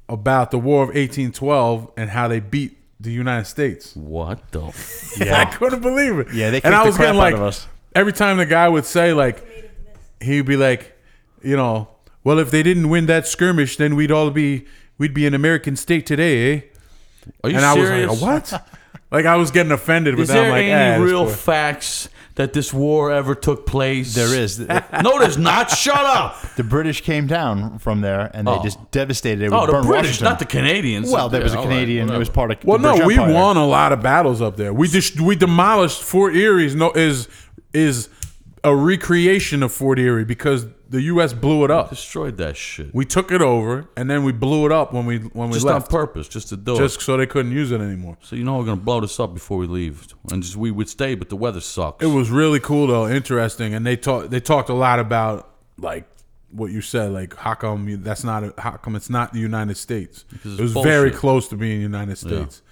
Speaker 5: about the War of 1812 and how they beat the United States.
Speaker 2: what the? F-
Speaker 5: I couldn't believe it.
Speaker 4: Yeah, they
Speaker 5: and
Speaker 4: kicked
Speaker 5: I
Speaker 4: the
Speaker 5: was getting
Speaker 4: crap out
Speaker 5: like
Speaker 4: of us.
Speaker 5: every time the guy would say like he'd be like, you know, well if they didn't win that skirmish, then we'd all be we'd be an American state today, eh?
Speaker 2: Are you
Speaker 5: and I
Speaker 2: serious?
Speaker 5: was like, what? like I was getting offended, but
Speaker 2: Is
Speaker 5: then
Speaker 2: there
Speaker 5: I'm like, "Ah,
Speaker 2: any
Speaker 5: this
Speaker 2: real
Speaker 5: boy."
Speaker 2: facts that this war ever took place?
Speaker 4: There is. The,
Speaker 2: No, there's not. Shut up.
Speaker 4: the British came down from there and they
Speaker 2: Oh.
Speaker 4: just devastated it.
Speaker 2: Oh, the
Speaker 4: burned
Speaker 2: British,
Speaker 4: Washington.
Speaker 2: not the Canadians.
Speaker 4: Well, there was a
Speaker 2: Yeah, all right,
Speaker 4: Canadian. it was
Speaker 2: whatever.
Speaker 4: part of.
Speaker 5: Well,
Speaker 4: the
Speaker 5: no,
Speaker 4: British
Speaker 5: we
Speaker 4: Empire.
Speaker 5: won a lot of battles up there. We just we demolished Fort Erie's no is is a recreation of Fort Erie because the U.S. blew it up.
Speaker 2: destroyed that shit.
Speaker 5: We took it over and then we blew it up when we when we
Speaker 2: just
Speaker 5: left.
Speaker 2: on purpose, just to do it.
Speaker 5: just so they couldn't use it anymore.
Speaker 2: So you know we're gonna blow this up before we leave, and just we would stay, but the weather sucks.
Speaker 5: It was really cool though, interesting, and they talked they talked a lot about like what you said, like how come you, that's not a, how come it's not the United States?
Speaker 2: it's
Speaker 5: It was very
Speaker 2: bullshit.
Speaker 5: close to being the United States.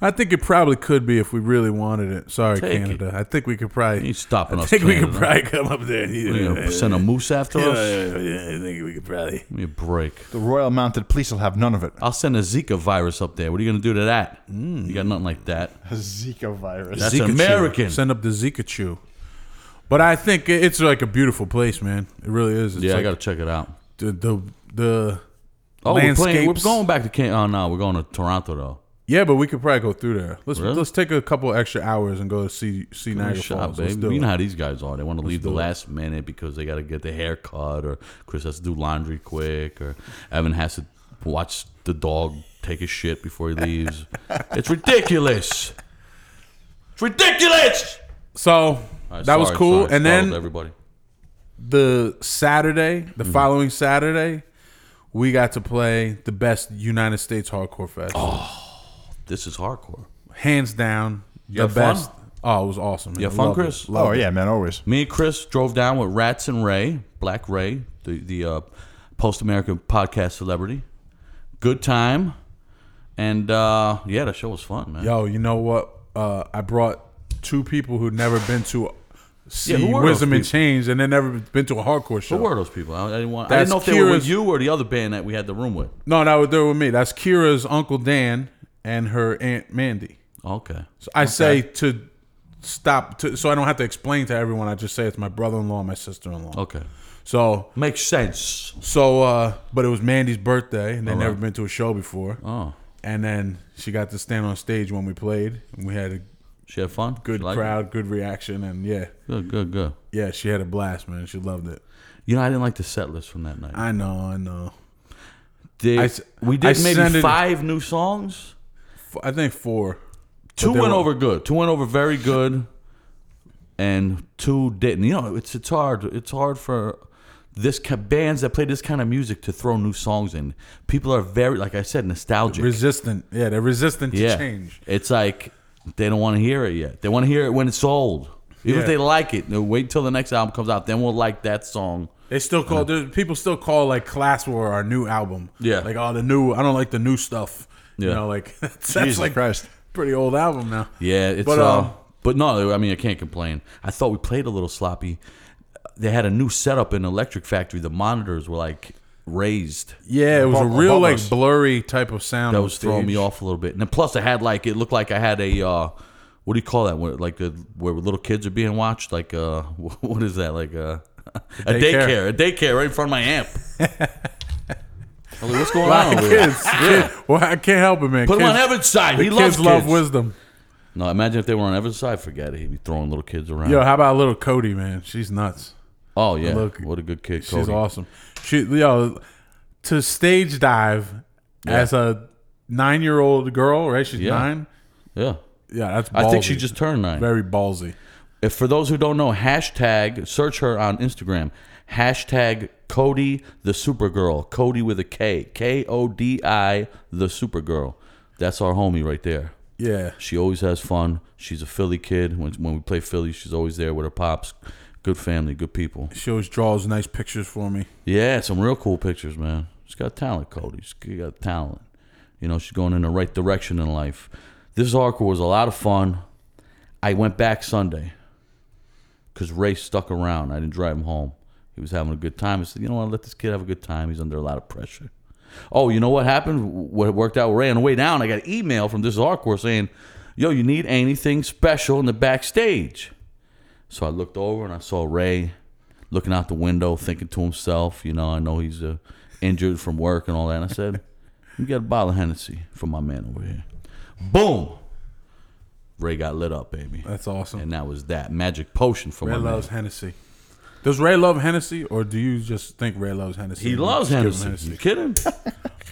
Speaker 5: I think it probably could be if we really wanted it. Sorry,
Speaker 2: Take
Speaker 5: Canada. I think we could probably.
Speaker 2: He's stopping
Speaker 5: I
Speaker 2: us,
Speaker 5: think we could
Speaker 2: Canada.
Speaker 5: probably come up there. And yeah,
Speaker 2: You gonna send a moose after
Speaker 5: yeah,
Speaker 2: us?
Speaker 5: yeah, yeah, I think we could probably.
Speaker 2: Give me a break.
Speaker 4: The Royal Mounted Police will have none of it.
Speaker 2: I'll send a Zika virus up there. What are you gonna do to that? Hmm, You got nothing like that.
Speaker 4: Zika virus.
Speaker 2: That's
Speaker 5: Zika
Speaker 2: American.
Speaker 5: Chew. Send up the Zika chew. But I think it- it's like a beautiful place, man. It really is. It's
Speaker 2: yeah, I
Speaker 5: like
Speaker 2: gotta check it out.
Speaker 5: the the the
Speaker 2: Oh, we're, playing, we're
Speaker 5: landscapes.
Speaker 2: going back to Can. Oh no, we're going to Toronto though.
Speaker 5: Yeah, but we could probably go through there. Let's
Speaker 2: Really?
Speaker 5: let's take a couple extra hours and go to see see
Speaker 2: Nice
Speaker 5: Niagara
Speaker 2: shot,
Speaker 5: Falls.
Speaker 2: baby.
Speaker 5: Let's do
Speaker 2: You
Speaker 5: it.
Speaker 2: know how these guys are. They want to leave the last minute because they got to get their hair cut, or Chris has to do laundry quick, or Evan has to watch the dog take a shit before he leaves. it's ridiculous. It's ridiculous.
Speaker 5: so
Speaker 2: All
Speaker 5: that
Speaker 2: right,
Speaker 5: was
Speaker 2: sorry,
Speaker 5: cool.
Speaker 2: sorry,
Speaker 5: and
Speaker 2: startled
Speaker 5: then
Speaker 2: everybody.
Speaker 5: the Saturday, the
Speaker 2: Mm-hmm.
Speaker 5: following Saturday, we got to play the best United States Hardcore Fest,
Speaker 2: Oh. This is hardcore.
Speaker 5: hands down.
Speaker 2: had
Speaker 5: The
Speaker 2: fun?
Speaker 5: best. Oh, it was awesome. man.
Speaker 2: You have fun,
Speaker 5: Loved it.
Speaker 2: Chris?
Speaker 4: Oh yeah, man, always.
Speaker 2: Me and Chris drove down with Rats and Ray, Black Ray, the the uh, post American podcast celebrity. Good time, and uh, yeah, the show was fun, man.
Speaker 5: Yo, you know what? Uh, I brought two people who'd never been to see
Speaker 2: who were
Speaker 5: Wisdom
Speaker 2: those
Speaker 5: and
Speaker 2: people?
Speaker 5: Change, and they never been to a hardcore show.
Speaker 2: Who were those people? I, I didn't want. I didn't
Speaker 5: That's
Speaker 2: know if they were with
Speaker 5: Kira's-
Speaker 2: you or the other band that we had the room with.
Speaker 5: No, that was there with me. That's Kira's uncle Dan and her aunt Mandy.
Speaker 2: Okay.
Speaker 5: So I say to stop to, so I don't have to explain to everyone. I just say it's my brother-in-law and my sister-in-law.
Speaker 2: Okay.
Speaker 5: So
Speaker 2: Makes sense.
Speaker 5: so uh but it was Mandy's birthday and they never been to a show before.
Speaker 2: Oh,
Speaker 5: And then she got to stand on stage when we played and we had a
Speaker 2: she had fun.
Speaker 5: good
Speaker 2: She liked it?
Speaker 5: crowd, good reaction and yeah.
Speaker 2: Good, good, good.
Speaker 5: Yeah, she had a blast, man. She loved it.
Speaker 2: You know, I didn't like the set list from that night.
Speaker 5: I know, I know.
Speaker 2: Did-
Speaker 5: I s-
Speaker 2: we
Speaker 5: I
Speaker 2: did
Speaker 5: sent
Speaker 2: maybe
Speaker 5: it-
Speaker 2: five new songs.
Speaker 5: F- I think four.
Speaker 2: Two
Speaker 5: they
Speaker 2: went
Speaker 5: were-
Speaker 2: over good. Two went over very good, and two didn't. You know, it's it's hard. It's hard for this ki- bands that play this kind of music to throw new songs in. People are very, like I said, nostalgic.
Speaker 5: Resistant. Yeah, they're resistant to
Speaker 2: yeah,
Speaker 5: change.
Speaker 2: it's like they don't want to hear it yet. They want to hear it when it's old. Even if
Speaker 5: Yeah.
Speaker 2: they like it, they'll wait till the next album comes out. Then we'll like that song.
Speaker 5: They still call there- people still call like Class War our new album.
Speaker 2: Uh-huh. Yeah.
Speaker 5: Like oh the new I don't like the new stuff.
Speaker 2: Yeah.
Speaker 5: You know, like that's,
Speaker 4: Jesus
Speaker 5: like
Speaker 4: Christ.
Speaker 5: pretty old album now.
Speaker 2: Yeah, it's
Speaker 5: But,
Speaker 2: uh,
Speaker 5: um,
Speaker 2: but no, I mean I can't complain. I thought we played a little sloppy. They had a new setup in Electric Factory. The monitors were like raised.
Speaker 5: Yeah, it was a
Speaker 4: Above-
Speaker 5: real
Speaker 4: above
Speaker 5: like
Speaker 4: us.
Speaker 5: blurry type of sound.
Speaker 2: That
Speaker 5: on
Speaker 2: was throwing me
Speaker 5: stage.
Speaker 2: off a little bit. And then plus I had like it looked like I had a uh, what do you call that? Where, like a, where little kids are being watched. Like uh, what is that? Like uh, a
Speaker 5: daycare.
Speaker 2: daycare. A daycare right in front of my amp. I was like, what's going
Speaker 5: Wow,
Speaker 2: on? Over here?
Speaker 5: kids. kid- Well, I can't help it, man.
Speaker 2: Put him
Speaker 5: kids,
Speaker 2: on Evan's side.
Speaker 5: the
Speaker 2: He
Speaker 5: kids
Speaker 2: loves kids.
Speaker 5: love wisdom.
Speaker 2: no, imagine if they were on Evan's side. Forget it. He'd be throwing little kids around.
Speaker 5: Yo, how about little Cody, man? She's nuts.
Speaker 2: oh yeah,
Speaker 5: look,
Speaker 2: what a good kid.
Speaker 5: She's
Speaker 2: Cody.
Speaker 5: awesome. She yo to stage dive as a nine year old girl, right? She's
Speaker 2: Yeah.
Speaker 5: nine.
Speaker 2: Yeah.
Speaker 5: Yeah, that's.
Speaker 2: I think
Speaker 5: ballsy.
Speaker 2: she just turned nine.
Speaker 5: very ballsy.
Speaker 2: If for those who don't know, hashtag search her on Instagram. Hashtag Cody the Supergirl. Cody with a K. K O D I the Supergirl. That's our homie right there.
Speaker 5: Yeah,
Speaker 2: She always has fun. She's a Philly kid. When, when we play Philly, she's always there with her pops. Good family, good people.
Speaker 5: she always draws nice pictures for me.
Speaker 2: Yeah, some real cool pictures, man. She's got talent, Cody. She's got talent. You know, she's going in the right direction in life. This article was a lot of fun. I went back Sunday because Ray stuck around. I didn't drive him home. He was having a good time. I said, you know what? Let this kid have a good time. He's under a lot of pressure. Oh, you know what happened? What worked out with Ray on the way down? I got an email from this hardcore saying, yo, you need anything special in the backstage. So I looked over and I saw Ray looking out the window, thinking to himself, you know, I know he's uh, injured from work and all that. And I said, you got a bottle of Hennessy for my man over here. Boom! Ray got lit up, baby.
Speaker 5: That's awesome.
Speaker 2: And that was that magic potion for
Speaker 5: Ray
Speaker 2: my man.
Speaker 5: loves Hennessy. Does Ray love Hennessy, or do you just think Ray loves Hennessy?
Speaker 2: He loves
Speaker 5: Just give him
Speaker 2: Hennessy. You kidding?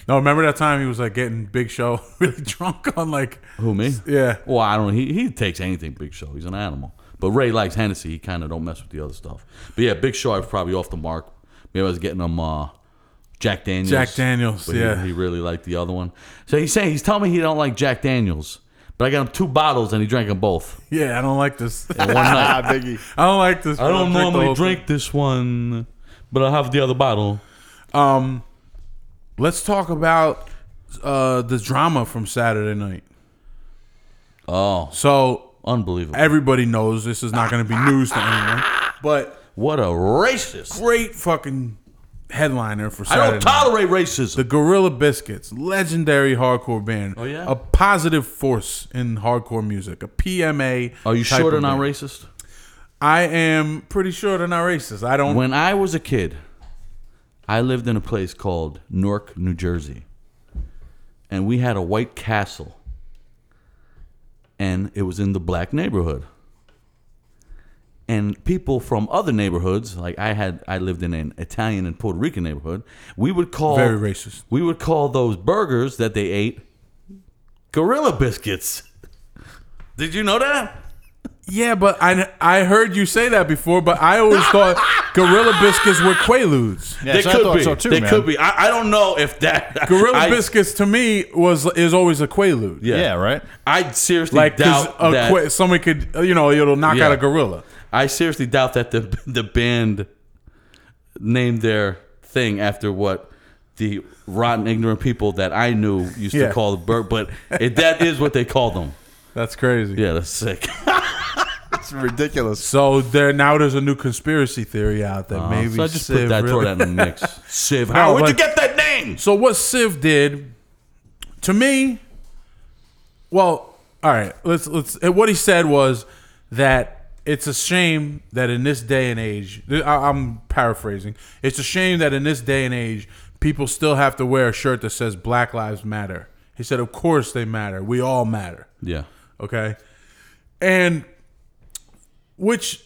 Speaker 5: No, remember that time he was like getting Big Show really drunk on like
Speaker 2: Who me?
Speaker 5: Yeah.
Speaker 2: Well, I don't. He he takes anything Big Show. He's an animal. But Ray likes Hennessy. He kind of don't mess with the other stuff. But yeah, Big Show I was probably off the mark. Maybe I was getting him uh, Jack Daniels.
Speaker 5: Jack Daniels,
Speaker 2: But he-
Speaker 5: yeah.
Speaker 2: he, really liked the other one. So he's saying he's telling me he don't like Jack Daniels. But I got him two bottles and he drank them both.
Speaker 5: yeah. I don't like this. I
Speaker 2: in One night.
Speaker 4: Ah, Biggie.
Speaker 5: don't like this.
Speaker 2: I don't
Speaker 5: the
Speaker 2: normally
Speaker 5: whole
Speaker 2: drink this one, but I have the other bottle.
Speaker 5: thing. Um, let's talk about uh the drama from Saturday night.
Speaker 2: Oh,
Speaker 5: So
Speaker 2: unbelievable!
Speaker 5: everybody knows this is not going to be news to anyone, but
Speaker 2: What a racist!
Speaker 5: great fucking headliner for
Speaker 2: I
Speaker 5: Saturday.
Speaker 2: don't
Speaker 5: night.
Speaker 2: tolerate racism.
Speaker 5: The Gorilla Biscuits, legendary hardcore band.
Speaker 2: Oh, yeah?
Speaker 5: A positive force in hardcore music. A PMA.
Speaker 2: Are you
Speaker 5: type
Speaker 2: sure they're
Speaker 5: of
Speaker 2: not
Speaker 5: band.
Speaker 2: racist?
Speaker 5: I am pretty sure they're not racist. I don't.
Speaker 2: When I was a kid, I lived in a place called Newark, New Jersey. And we had a white castle. And it was in the black neighborhood. And people from other neighborhoods, like I had I lived in an Italian and Puerto Rican neighborhood, we would call
Speaker 5: Very racist.
Speaker 2: We would call those burgers that they ate gorilla biscuits. Did you know that?
Speaker 5: yeah, but I I heard you say that before, but I always thought Gorilla Biscuits were Quaaludes.
Speaker 4: Yeah,
Speaker 2: they
Speaker 4: so I
Speaker 2: could
Speaker 4: thought
Speaker 2: be.
Speaker 4: so too,
Speaker 2: they
Speaker 4: man.
Speaker 2: could be. I, I don't know if that
Speaker 5: Gorilla
Speaker 2: I-
Speaker 5: Biscuits to me was is always a Quaalude.
Speaker 2: Yeah.
Speaker 4: Yeah, right?
Speaker 2: I seriously
Speaker 5: Like, because
Speaker 2: doubt that.
Speaker 5: someone could, uh, you know, it'll knock
Speaker 2: Yeah.
Speaker 5: out a gorilla.
Speaker 2: I seriously doubt that the the band named their thing after what the rotten, ignorant people that I knew used
Speaker 5: Yeah.
Speaker 2: to call the bird. But it, that is what they called them.
Speaker 5: That's crazy.
Speaker 2: Yeah, that's sick.
Speaker 4: It's ridiculous.
Speaker 5: So there now there's a new conspiracy theory out that maybe
Speaker 2: Uh, so I just
Speaker 5: Civ
Speaker 2: put that, throw
Speaker 5: really-
Speaker 2: that in the mix. Siv, how would you
Speaker 5: but-
Speaker 2: get that name?
Speaker 5: So what Civ did to me, well, all right, let's let's and what he said was that it's a shame that in this day and age, th- I, I'm paraphrasing. It's a shame that in this day and age, people still have to wear a shirt that says Black Lives Matter. He said, Of course they matter. We all matter.
Speaker 2: Yeah.
Speaker 5: Okay. And which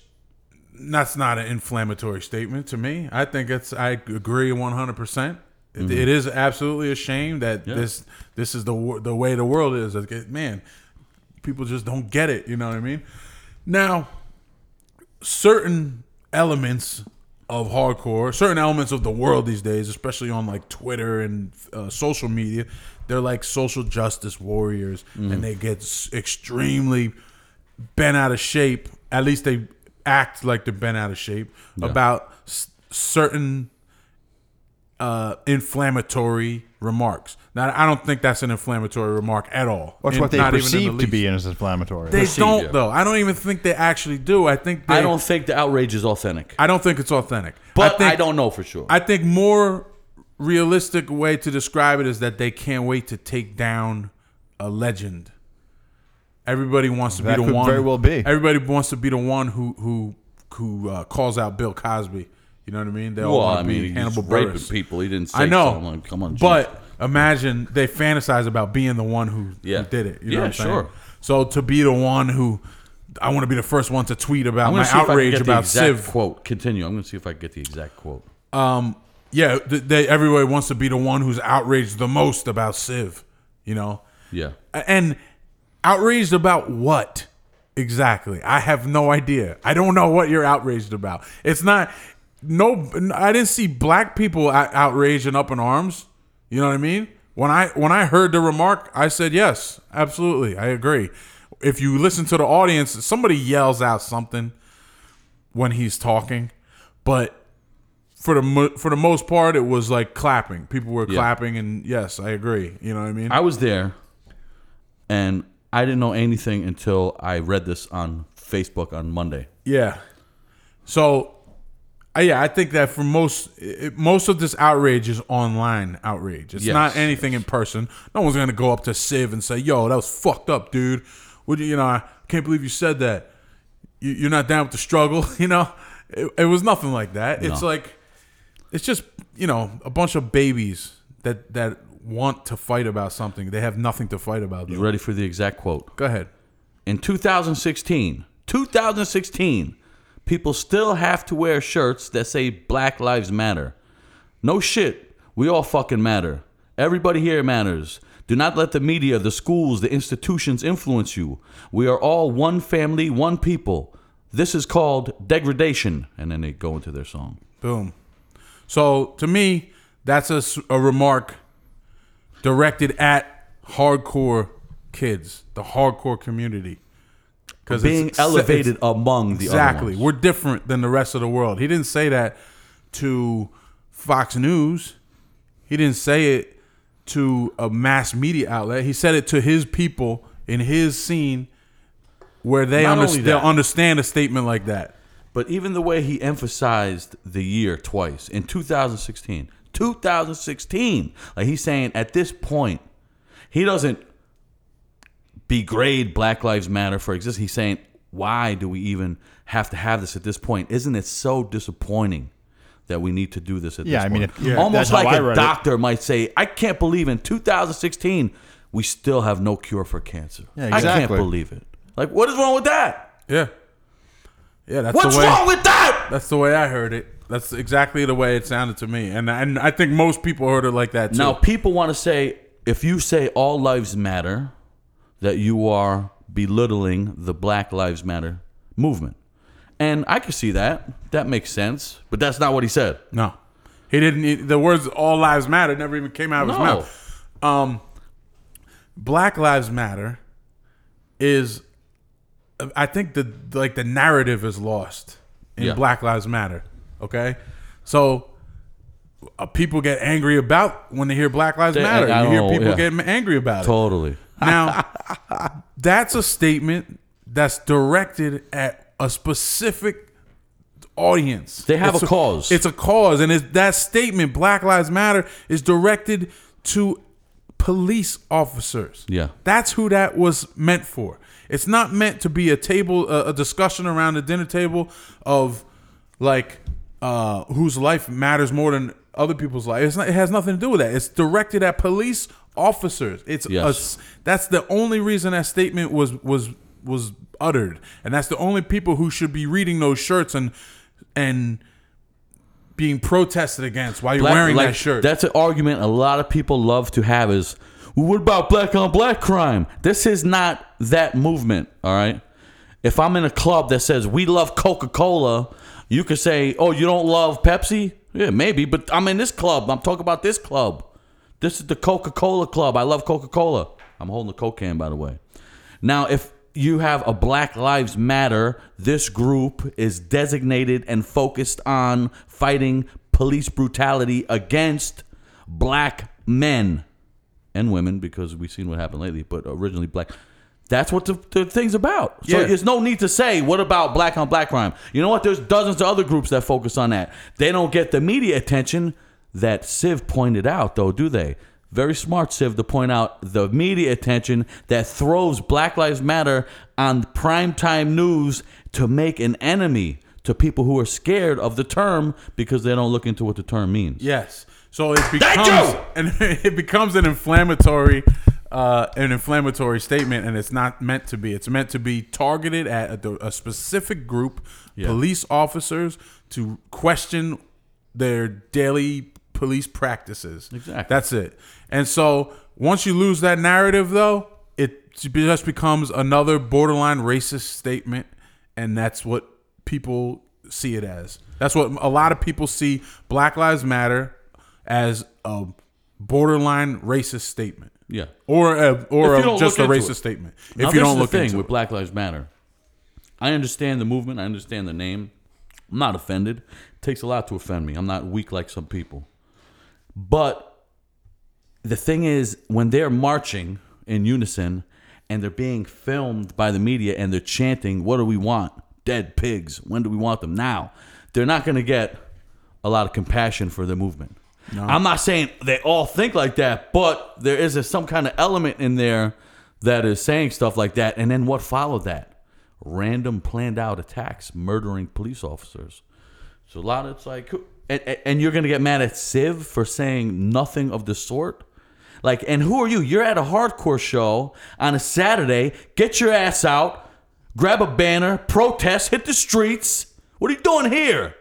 Speaker 5: that's not an inflammatory statement to me. I think it's I agree 100%. It- it is absolutely a shame that this this is the wor- the way the world is. Like, it- Man, people just don't get it, you know what I mean? Now, certain elements of hardcore, certain elements of the world these days, especially on like Twitter and uh, social media, they're like social justice warriors,
Speaker 4: Mm.
Speaker 5: and they get s- extremely bent out of shape. At least they act like they're bent out of shape about s- certain uh, inflammatory remarks. Now, I don't think that's an inflammatory remark at all.
Speaker 4: That's
Speaker 5: In-
Speaker 4: what they
Speaker 5: not even in the
Speaker 4: perceive to
Speaker 5: least.
Speaker 4: be as inflammatory.
Speaker 5: They
Speaker 2: Perceived,
Speaker 5: don't
Speaker 2: yeah.
Speaker 5: though. I don't even think they actually do. I think they,
Speaker 2: I don't think the outrage is authentic,
Speaker 5: I don't think it's authentic.
Speaker 2: but I,
Speaker 5: I, think,
Speaker 2: don't know for sure.
Speaker 5: I think more realistic way to describe it is that they can't wait to take down a legend. Everybody wants to
Speaker 4: That
Speaker 5: be the
Speaker 4: could
Speaker 5: one.
Speaker 4: very well be.
Speaker 5: Everybody wants to be the one who who who uh, calls out Bill Cosby. You know what I mean? They all
Speaker 2: well,
Speaker 5: wanna
Speaker 2: I
Speaker 5: be
Speaker 2: mean,
Speaker 5: Hannibal
Speaker 2: he's raping
Speaker 5: Buress.
Speaker 2: people. He didn't say
Speaker 5: I know.
Speaker 2: something like, come on, Jesus.
Speaker 5: but imagine they fantasize about being the one who, who
Speaker 2: Yeah.
Speaker 5: did it. You
Speaker 2: Yeah,
Speaker 5: know what I'm saying?
Speaker 2: sure.
Speaker 5: So to be the one who I want to be the first one to tweet about
Speaker 2: I'm
Speaker 5: my
Speaker 2: gonna see if I can
Speaker 5: outrage
Speaker 2: get the
Speaker 5: about
Speaker 2: exact
Speaker 5: Civ. Um,
Speaker 2: Quote. Continue. I'm going to see if I can get the exact quote.
Speaker 5: Yeah, th- they, everybody wants to be the one who's outraged the most about Civ. You know,
Speaker 2: Yeah.
Speaker 5: A- and outraged about what exactly? I have no idea. I don't know what you're outraged about. It's not no. I didn't see black people o- outraged and up in arms. You know what I mean? When I when I heard the remark, I said yes, absolutely, I agree. If you listen to the audience, somebody yells out something when he's talking, but for the mo- for the most part, it was like clapping. People were clapping, and yes, I agree. You know what I mean?
Speaker 2: I was there, and I didn't know anything until I read this on Facebook on Monday.
Speaker 5: Yeah. So, I yeah, I think that for most, it, most of this outrage is online outrage. It's
Speaker 2: Yes,
Speaker 5: not anything in person. No one's gonna go up to Civ and say, "Yo, that was fucked up, dude. Would you, you know? I can't believe you said that. You, you're not down with the struggle, you know." It, it was nothing like that. It's like, it's just you know a bunch of babies that that want to fight about something. They have nothing to fight about.
Speaker 2: You
Speaker 5: Though.
Speaker 2: ready for the exact quote?
Speaker 5: Go ahead.
Speaker 2: In 2016, 2016, people still have to wear shirts that say Black Lives Matter. No shit, we all fucking matter. Everybody here matters. Do not let the media, the schools, the institutions influence you. We are all one family, one people. This is called degradation. And then they go into their song.
Speaker 5: Boom. So to me, that's a, s- a remark directed at hardcore kids, the hardcore community, because
Speaker 2: Being elevated among the
Speaker 5: Exactly,
Speaker 2: other ones.
Speaker 5: we're different than the rest of the world. He didn't say that to Fox News. He didn't say it to a mass media outlet. He said it to his people in his scene, where they
Speaker 2: Not only
Speaker 5: understand
Speaker 2: that.
Speaker 5: understand a statement like that.
Speaker 2: But even the way he emphasized the year twice in 2016, 2016, like he's saying at this point, he doesn't begrade Black Lives Matter for existing. He's saying, why do we even have to have this at this point? Isn't it so disappointing that we need to do this at
Speaker 4: Yeah,
Speaker 2: this
Speaker 4: I
Speaker 2: point?
Speaker 4: mean, it- yeah, that's
Speaker 2: Almost
Speaker 4: how I
Speaker 2: like a
Speaker 4: read it.
Speaker 2: doctor might say, I can't believe in 2016 we still have no cure for cancer.
Speaker 4: Yeah,
Speaker 2: I can't
Speaker 4: exactly.
Speaker 2: believe it. Like, what is wrong with that?
Speaker 5: Yeah, yeah. That's
Speaker 2: What's
Speaker 5: the way.
Speaker 2: wrong with that?
Speaker 5: That's the way I heard it. That's exactly the way it sounded to me, and and I think most people heard it like that too.
Speaker 2: Now, people want to say if you say all lives matter, that you are belittling the Black Lives Matter movement. And I can see that. That makes sense. But that's not what he said.
Speaker 5: no, he didn't. he- the words "all lives matter" never even came out of
Speaker 2: No.
Speaker 5: his mouth. Um, Black Lives Matter is, I think the like the narrative is lost in
Speaker 2: Yeah.
Speaker 5: Black Lives Matter. Okay, so. Uh, people get angry about when they hear Black Lives
Speaker 2: They-
Speaker 5: Matter.
Speaker 2: I
Speaker 5: You hear
Speaker 2: know,
Speaker 5: people
Speaker 2: yeah.
Speaker 5: getting angry about it.
Speaker 2: Totally.
Speaker 5: Now, that's a statement that's directed at a specific audience.
Speaker 2: They have
Speaker 5: It's
Speaker 2: a cause.
Speaker 5: It's a cause, and it's, that statement, Black Lives Matter, is directed to police officers.
Speaker 2: Yeah.
Speaker 5: That's who that was meant for. It's not meant to be a table, a, a discussion around the dinner table of like uh, whose life matters more than other people's life. It's not, it has nothing to do with that. It's directed at police officers. It's
Speaker 2: Yes.
Speaker 5: a s- that's the only reason that statement was was was uttered, and that's the only people who should be reading those shirts and and being protested against while you're
Speaker 2: Black-
Speaker 5: wearing
Speaker 2: like,
Speaker 5: that shirt.
Speaker 2: That's an argument a lot of people love to have is well, what about black on black crime? This is not that movement, all right? If I'm in a club that says we love Coca Cola, you could say, oh, you don't love Pepsi? Yeah, maybe, but I'm in this club. I'm talking about this club. This is the Coca Cola club. I love Coca Cola. I'm holding the Coke can, by the way. Now, if you have a Black Lives Matter, this group is designated and focused on fighting police brutality against black men and women because we've seen what happened lately, but originally black. That's what the, the thing's about. So
Speaker 5: Yeah.
Speaker 2: there's no need to say, what about black on black crime? You know what? There's dozens of other groups that focus on that. They don't get the media attention that Civ pointed out, though, do they? Very smart, Civ, to point out the media attention that throws Black Lives Matter on primetime news to make an enemy to people who are scared of the term because they don't look into what the term means.
Speaker 5: Yes. So it becomes
Speaker 2: you!
Speaker 5: and it becomes an inflammatory uh, an inflammatory statement, and it's not meant to be. It's meant to be targeted at a, a specific group, police officers, to question their daily police practices.
Speaker 2: Exactly.
Speaker 5: That's it. And so once you lose that narrative, though, it just becomes another borderline racist statement, and that's what people see it as. That's what a lot of people see Black Lives Matter as a borderline racist statement,
Speaker 2: Yeah.
Speaker 5: or a, or
Speaker 2: If you
Speaker 5: a,
Speaker 2: don't
Speaker 5: just a
Speaker 2: look into
Speaker 5: racist
Speaker 2: it.
Speaker 5: statement.
Speaker 2: Now,
Speaker 5: if you
Speaker 2: this
Speaker 5: don't
Speaker 2: is
Speaker 5: look
Speaker 2: the thing
Speaker 5: into
Speaker 2: with
Speaker 5: it,
Speaker 2: Black Lives Matter, I understand the movement. I understand the name. I'm not offended. It takes a lot to offend me. I'm not weak like some people. But the thing is, when they're marching in unison and they're being filmed by the media and they're chanting, "What do we want? Dead pigs. When do we want them? Now." They're not going to get a lot of compassion for their movement. I'm not saying they all think like that, but there is a, some kind of element in there that is saying stuff like that. And then what followed that? Random planned out attacks, murdering police officers. So a lot of it's like, who- and, and- and you're gonna get mad at Civ for saying nothing of the sort. Like, and who are you? You're at a hardcore show on a Saturday. Get your ass out, grab a banner, protest, hit the streets. What are you doing here?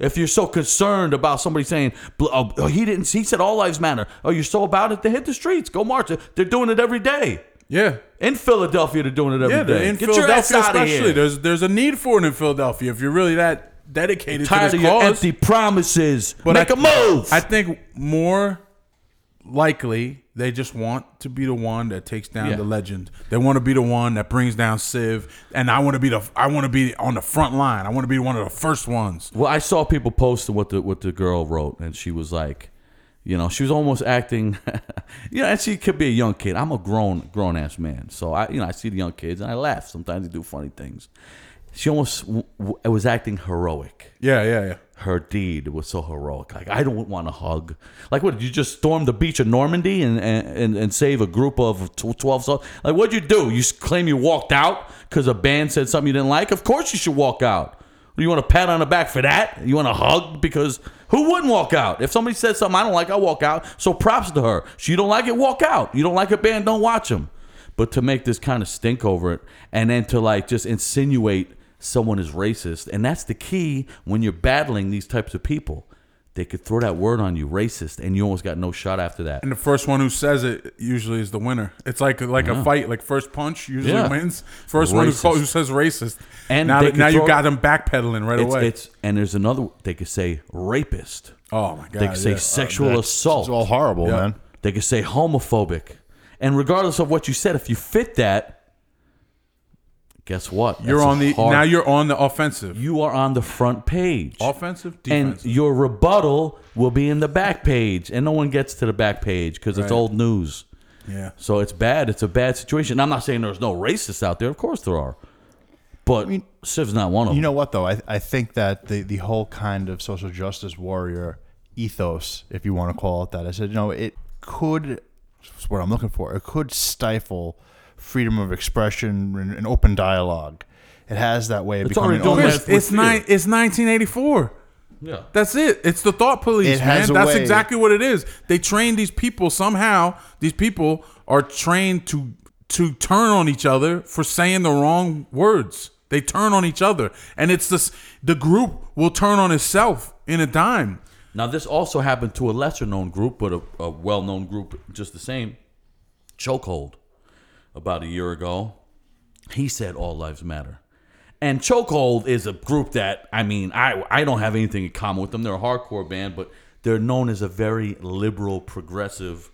Speaker 2: If you're so concerned about somebody saying bl- oh, oh, he didn't, he said all lives matter. Oh, you're so about it? Then hit the streets, go march. They're doing it every day.
Speaker 5: yeah.
Speaker 2: In Philadelphia, they're doing it every
Speaker 5: Yeah,
Speaker 2: day.
Speaker 5: the- in
Speaker 2: Get your ass
Speaker 5: Philadelphia,
Speaker 2: out of
Speaker 5: especially,
Speaker 2: here.
Speaker 5: there's there's a need for it in Philadelphia if you're really that dedicated
Speaker 2: Tired
Speaker 5: to
Speaker 2: of
Speaker 5: this
Speaker 2: your
Speaker 5: cause.
Speaker 2: empty promises.
Speaker 5: But
Speaker 2: Make
Speaker 5: I-
Speaker 2: a move.
Speaker 5: I think more likely they just want to be the one that takes down
Speaker 2: Yeah.
Speaker 5: the legend. They want to be the one that brings down Civ, and I want to be the I want to be on the front line. I want to be one of the first ones.
Speaker 2: Well, I saw people posting what the what the girl wrote, and she was like, you know, she was almost acting, you know, and she could be a young kid. I'm a grown grown ass man, so I you know I see the young kids and I laugh. Sometimes they do funny things. She almost w- w- was acting heroic.
Speaker 5: Yeah, yeah, yeah.
Speaker 2: Her deed was so heroic. Like I don't want to hug. Like what? You just storm the beach of Normandy and and, and, and save a group of tw- twelve. sol- Like what'd you do? You s- claim you walked out because a band said something you didn't like. Of course you should walk out. You want a pat on the back for that? You want a hug because who wouldn't walk out? If somebody said something I don't like, I walk out. So props to her. She don't like it, walk out. You don't like a band, don't watch them. But to make this kind of stink over it and then to like just insinuate someone is racist, and that's the key when you're battling these types of people. They could throw that word on you, racist, and you almost got no shot after that.
Speaker 5: And the first one who says it usually is the winner. It's like like a fight, like first punch usually
Speaker 2: Yeah.
Speaker 5: wins. First one who,
Speaker 2: Racist.
Speaker 5: calls, who says racist,
Speaker 2: And
Speaker 5: and now
Speaker 2: they
Speaker 5: that-
Speaker 2: can
Speaker 5: now you
Speaker 2: throw-
Speaker 5: got them backpedaling right
Speaker 2: It's,
Speaker 5: away.
Speaker 2: it's and there's another. They could say rapist.
Speaker 5: oh my god!
Speaker 2: They could say
Speaker 5: yeah.
Speaker 2: sexual assault.
Speaker 4: It's all horrible, man.
Speaker 2: They could say homophobic. And regardless of what you said, if you fit that, guess what?
Speaker 5: you're
Speaker 2: That's
Speaker 5: on the
Speaker 2: hard-
Speaker 5: now you're on the offensive,
Speaker 2: you are on the front page.
Speaker 5: offensive,
Speaker 2: and
Speaker 5: defensive.
Speaker 2: your rebuttal will be in the back page, and no one gets to the back page because it's old news.
Speaker 5: yeah,
Speaker 2: So it's bad. It's a bad situation. I'm not saying there's no racists out there. Of course there are, but Civ's not one of them.
Speaker 4: You know what though? I, I think that the the whole kind of social justice warrior ethos, if you want to call it that, I said, you know, it could That's what I'm looking for. It could stifle freedom of expression and, and open dialogue. It has that way of
Speaker 2: It's
Speaker 4: becoming
Speaker 2: already doing
Speaker 4: almost-
Speaker 2: that
Speaker 5: Chris, it's
Speaker 2: with
Speaker 5: nine. It's 1984.
Speaker 2: Yeah.
Speaker 5: That's it. It's the thought police,
Speaker 4: It
Speaker 5: man.
Speaker 4: has a
Speaker 5: That's
Speaker 4: way-
Speaker 5: exactly what it is. They train these people somehow. These people are trained to to turn on each other for saying the wrong words. They turn on each other, and it's this. The group will turn on itself in a dime.
Speaker 2: Now, this also happened to a lesser known group, but a, a well known group just the same. Chokehold, about a year ago, he said all lives matter. And Chokehold is a group that, I mean, I, I don't have anything in common with them. They're a hardcore band, but they're known as a very liberal, progressive.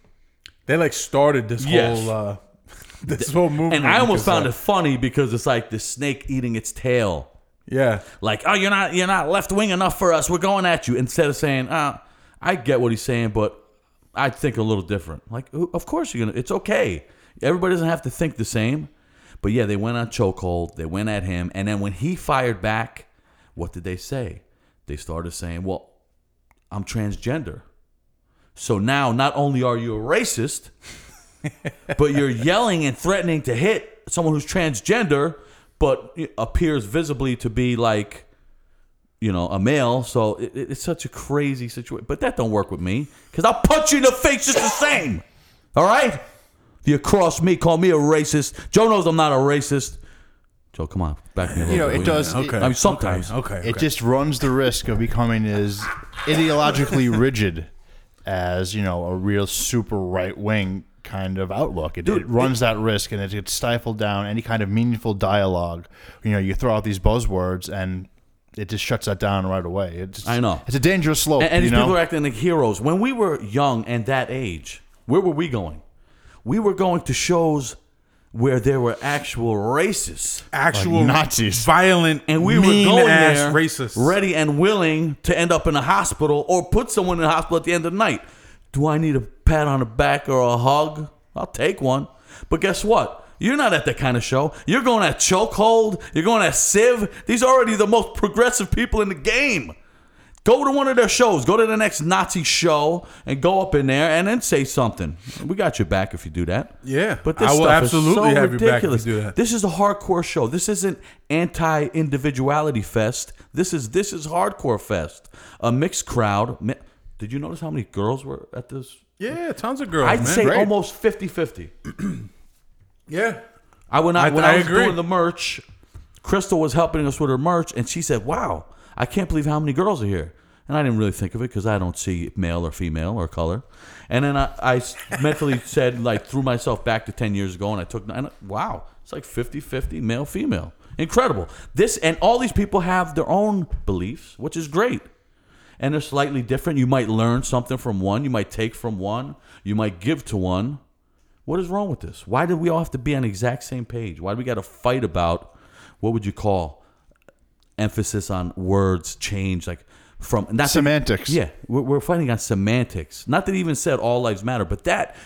Speaker 5: They like started this
Speaker 2: Yes.
Speaker 5: whole uh, this whole movement.
Speaker 2: And I
Speaker 5: because,
Speaker 2: almost found
Speaker 5: uh,
Speaker 2: it funny because it's like the snake eating its tail.
Speaker 5: Yeah,
Speaker 2: like, oh, you're not you're not left wing enough for us. We're going at you. Instead of saying, uh, I get what he's saying, but I think a little different. Like, "Oh, of course you're gonna. It's okay. Everybody doesn't have to think the same. But yeah, they went on chokehold. They went at him, and then when he fired back, what did they say? They started saying, well, I'm transgender. So now, not only are you a racist, but you're yelling and threatening to hit someone who's transgender but appears visibly to be like you know a male so it, it- it's such a crazy situation but that don't work with me because i'll punch you in the face just the same all right you cross me call me a racist joe knows i'm not a racist joe come on back me a little
Speaker 4: you know,
Speaker 2: bit,
Speaker 4: it
Speaker 2: will
Speaker 4: does.
Speaker 3: Okay.
Speaker 2: I mean, sometimes.
Speaker 3: Okay. okay.
Speaker 4: It just runs the risk of becoming as ideologically rigid as you know a real super right wing kind of outlook. It, it runs that risk, and it gets stifled down any kind of meaningful dialogue. You know, you throw out these buzzwords, and it just shuts that down right away. It's,
Speaker 2: I know.
Speaker 4: it's a dangerous slope.
Speaker 2: And, and
Speaker 4: you
Speaker 2: these
Speaker 4: know?
Speaker 2: people are acting like heroes. When we were young and that age, where were we going? We were going to shows where there were actual racists.
Speaker 5: actual
Speaker 4: Nazis.
Speaker 5: violent,
Speaker 2: And we
Speaker 5: mean
Speaker 2: were going
Speaker 5: ass
Speaker 2: there
Speaker 5: racists.
Speaker 2: ready and willing to end up in a hospital or put someone in a hospital at the end of the night. Do I need a pat on the back or a hug? I'll take one. But guess what? You're not at that kind of show. You're going at Chokehold. You're going at Civ. These are already the most progressive people in the game. Go to one of their shows. Go to the next Nazi show and go up in there and then say something. We got your back if you do that.
Speaker 5: Yeah,
Speaker 2: but this
Speaker 5: I will
Speaker 2: stuff
Speaker 5: absolutely
Speaker 2: is so
Speaker 5: have your back if you
Speaker 2: ridiculous.
Speaker 5: do that.
Speaker 2: This is a hardcore show. This isn't anti-individuality fest. This is this is hardcore fest. A mixed crowd. Mi- Did you notice how many girls were at this?
Speaker 5: yeah, tons of girls.
Speaker 2: I'd
Speaker 5: man.
Speaker 2: say
Speaker 4: great.
Speaker 2: almost 50-50.
Speaker 5: yeah.
Speaker 2: I would not.
Speaker 5: I-
Speaker 2: when I,
Speaker 5: I
Speaker 2: was
Speaker 5: agree.
Speaker 2: doing the merch, Crystal was helping us with her merch, and she said, "Wow, I can't believe how many girls are here." And I didn't really think of it because I don't see male or female or color. And then I, I s- mentally said, like, threw myself back to 10 years ago and I took, and I- wow, it's like 50 50 male female. Incredible. This, and all these people have their own beliefs, which is great and they're slightly different. You might learn something from one, you might take from one, you might give to one. What is wrong with this? Why did we all have to be on the exact same page? Why do we got to fight about what would you call emphasis on words change like from not that-
Speaker 4: Semantics.
Speaker 2: yeah, we're, we're fighting on semantics. Not that he even said all lives matter, but that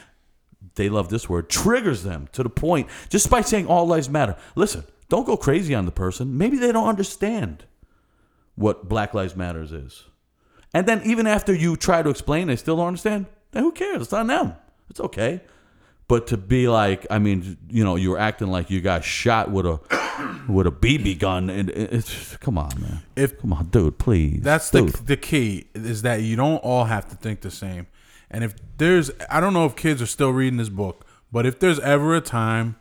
Speaker 2: they love this word triggers them to the point just by saying all lives matter. Listen, don't go crazy on the person. Maybe they don't understand what Black Lives Matters is. And then even after you try to explain, they still don't understand. Then who cares? It's on them. It's okay. But to be like, I mean, you know, you were acting like you got shot with a with a BB gun, and it- it's come on, man.
Speaker 5: If-
Speaker 2: come on, dude, please.
Speaker 5: That's the,
Speaker 2: dude.
Speaker 5: the key is that you don't all have to think the same. And if there's, I don't know if kids are still reading this book, but if there's ever a time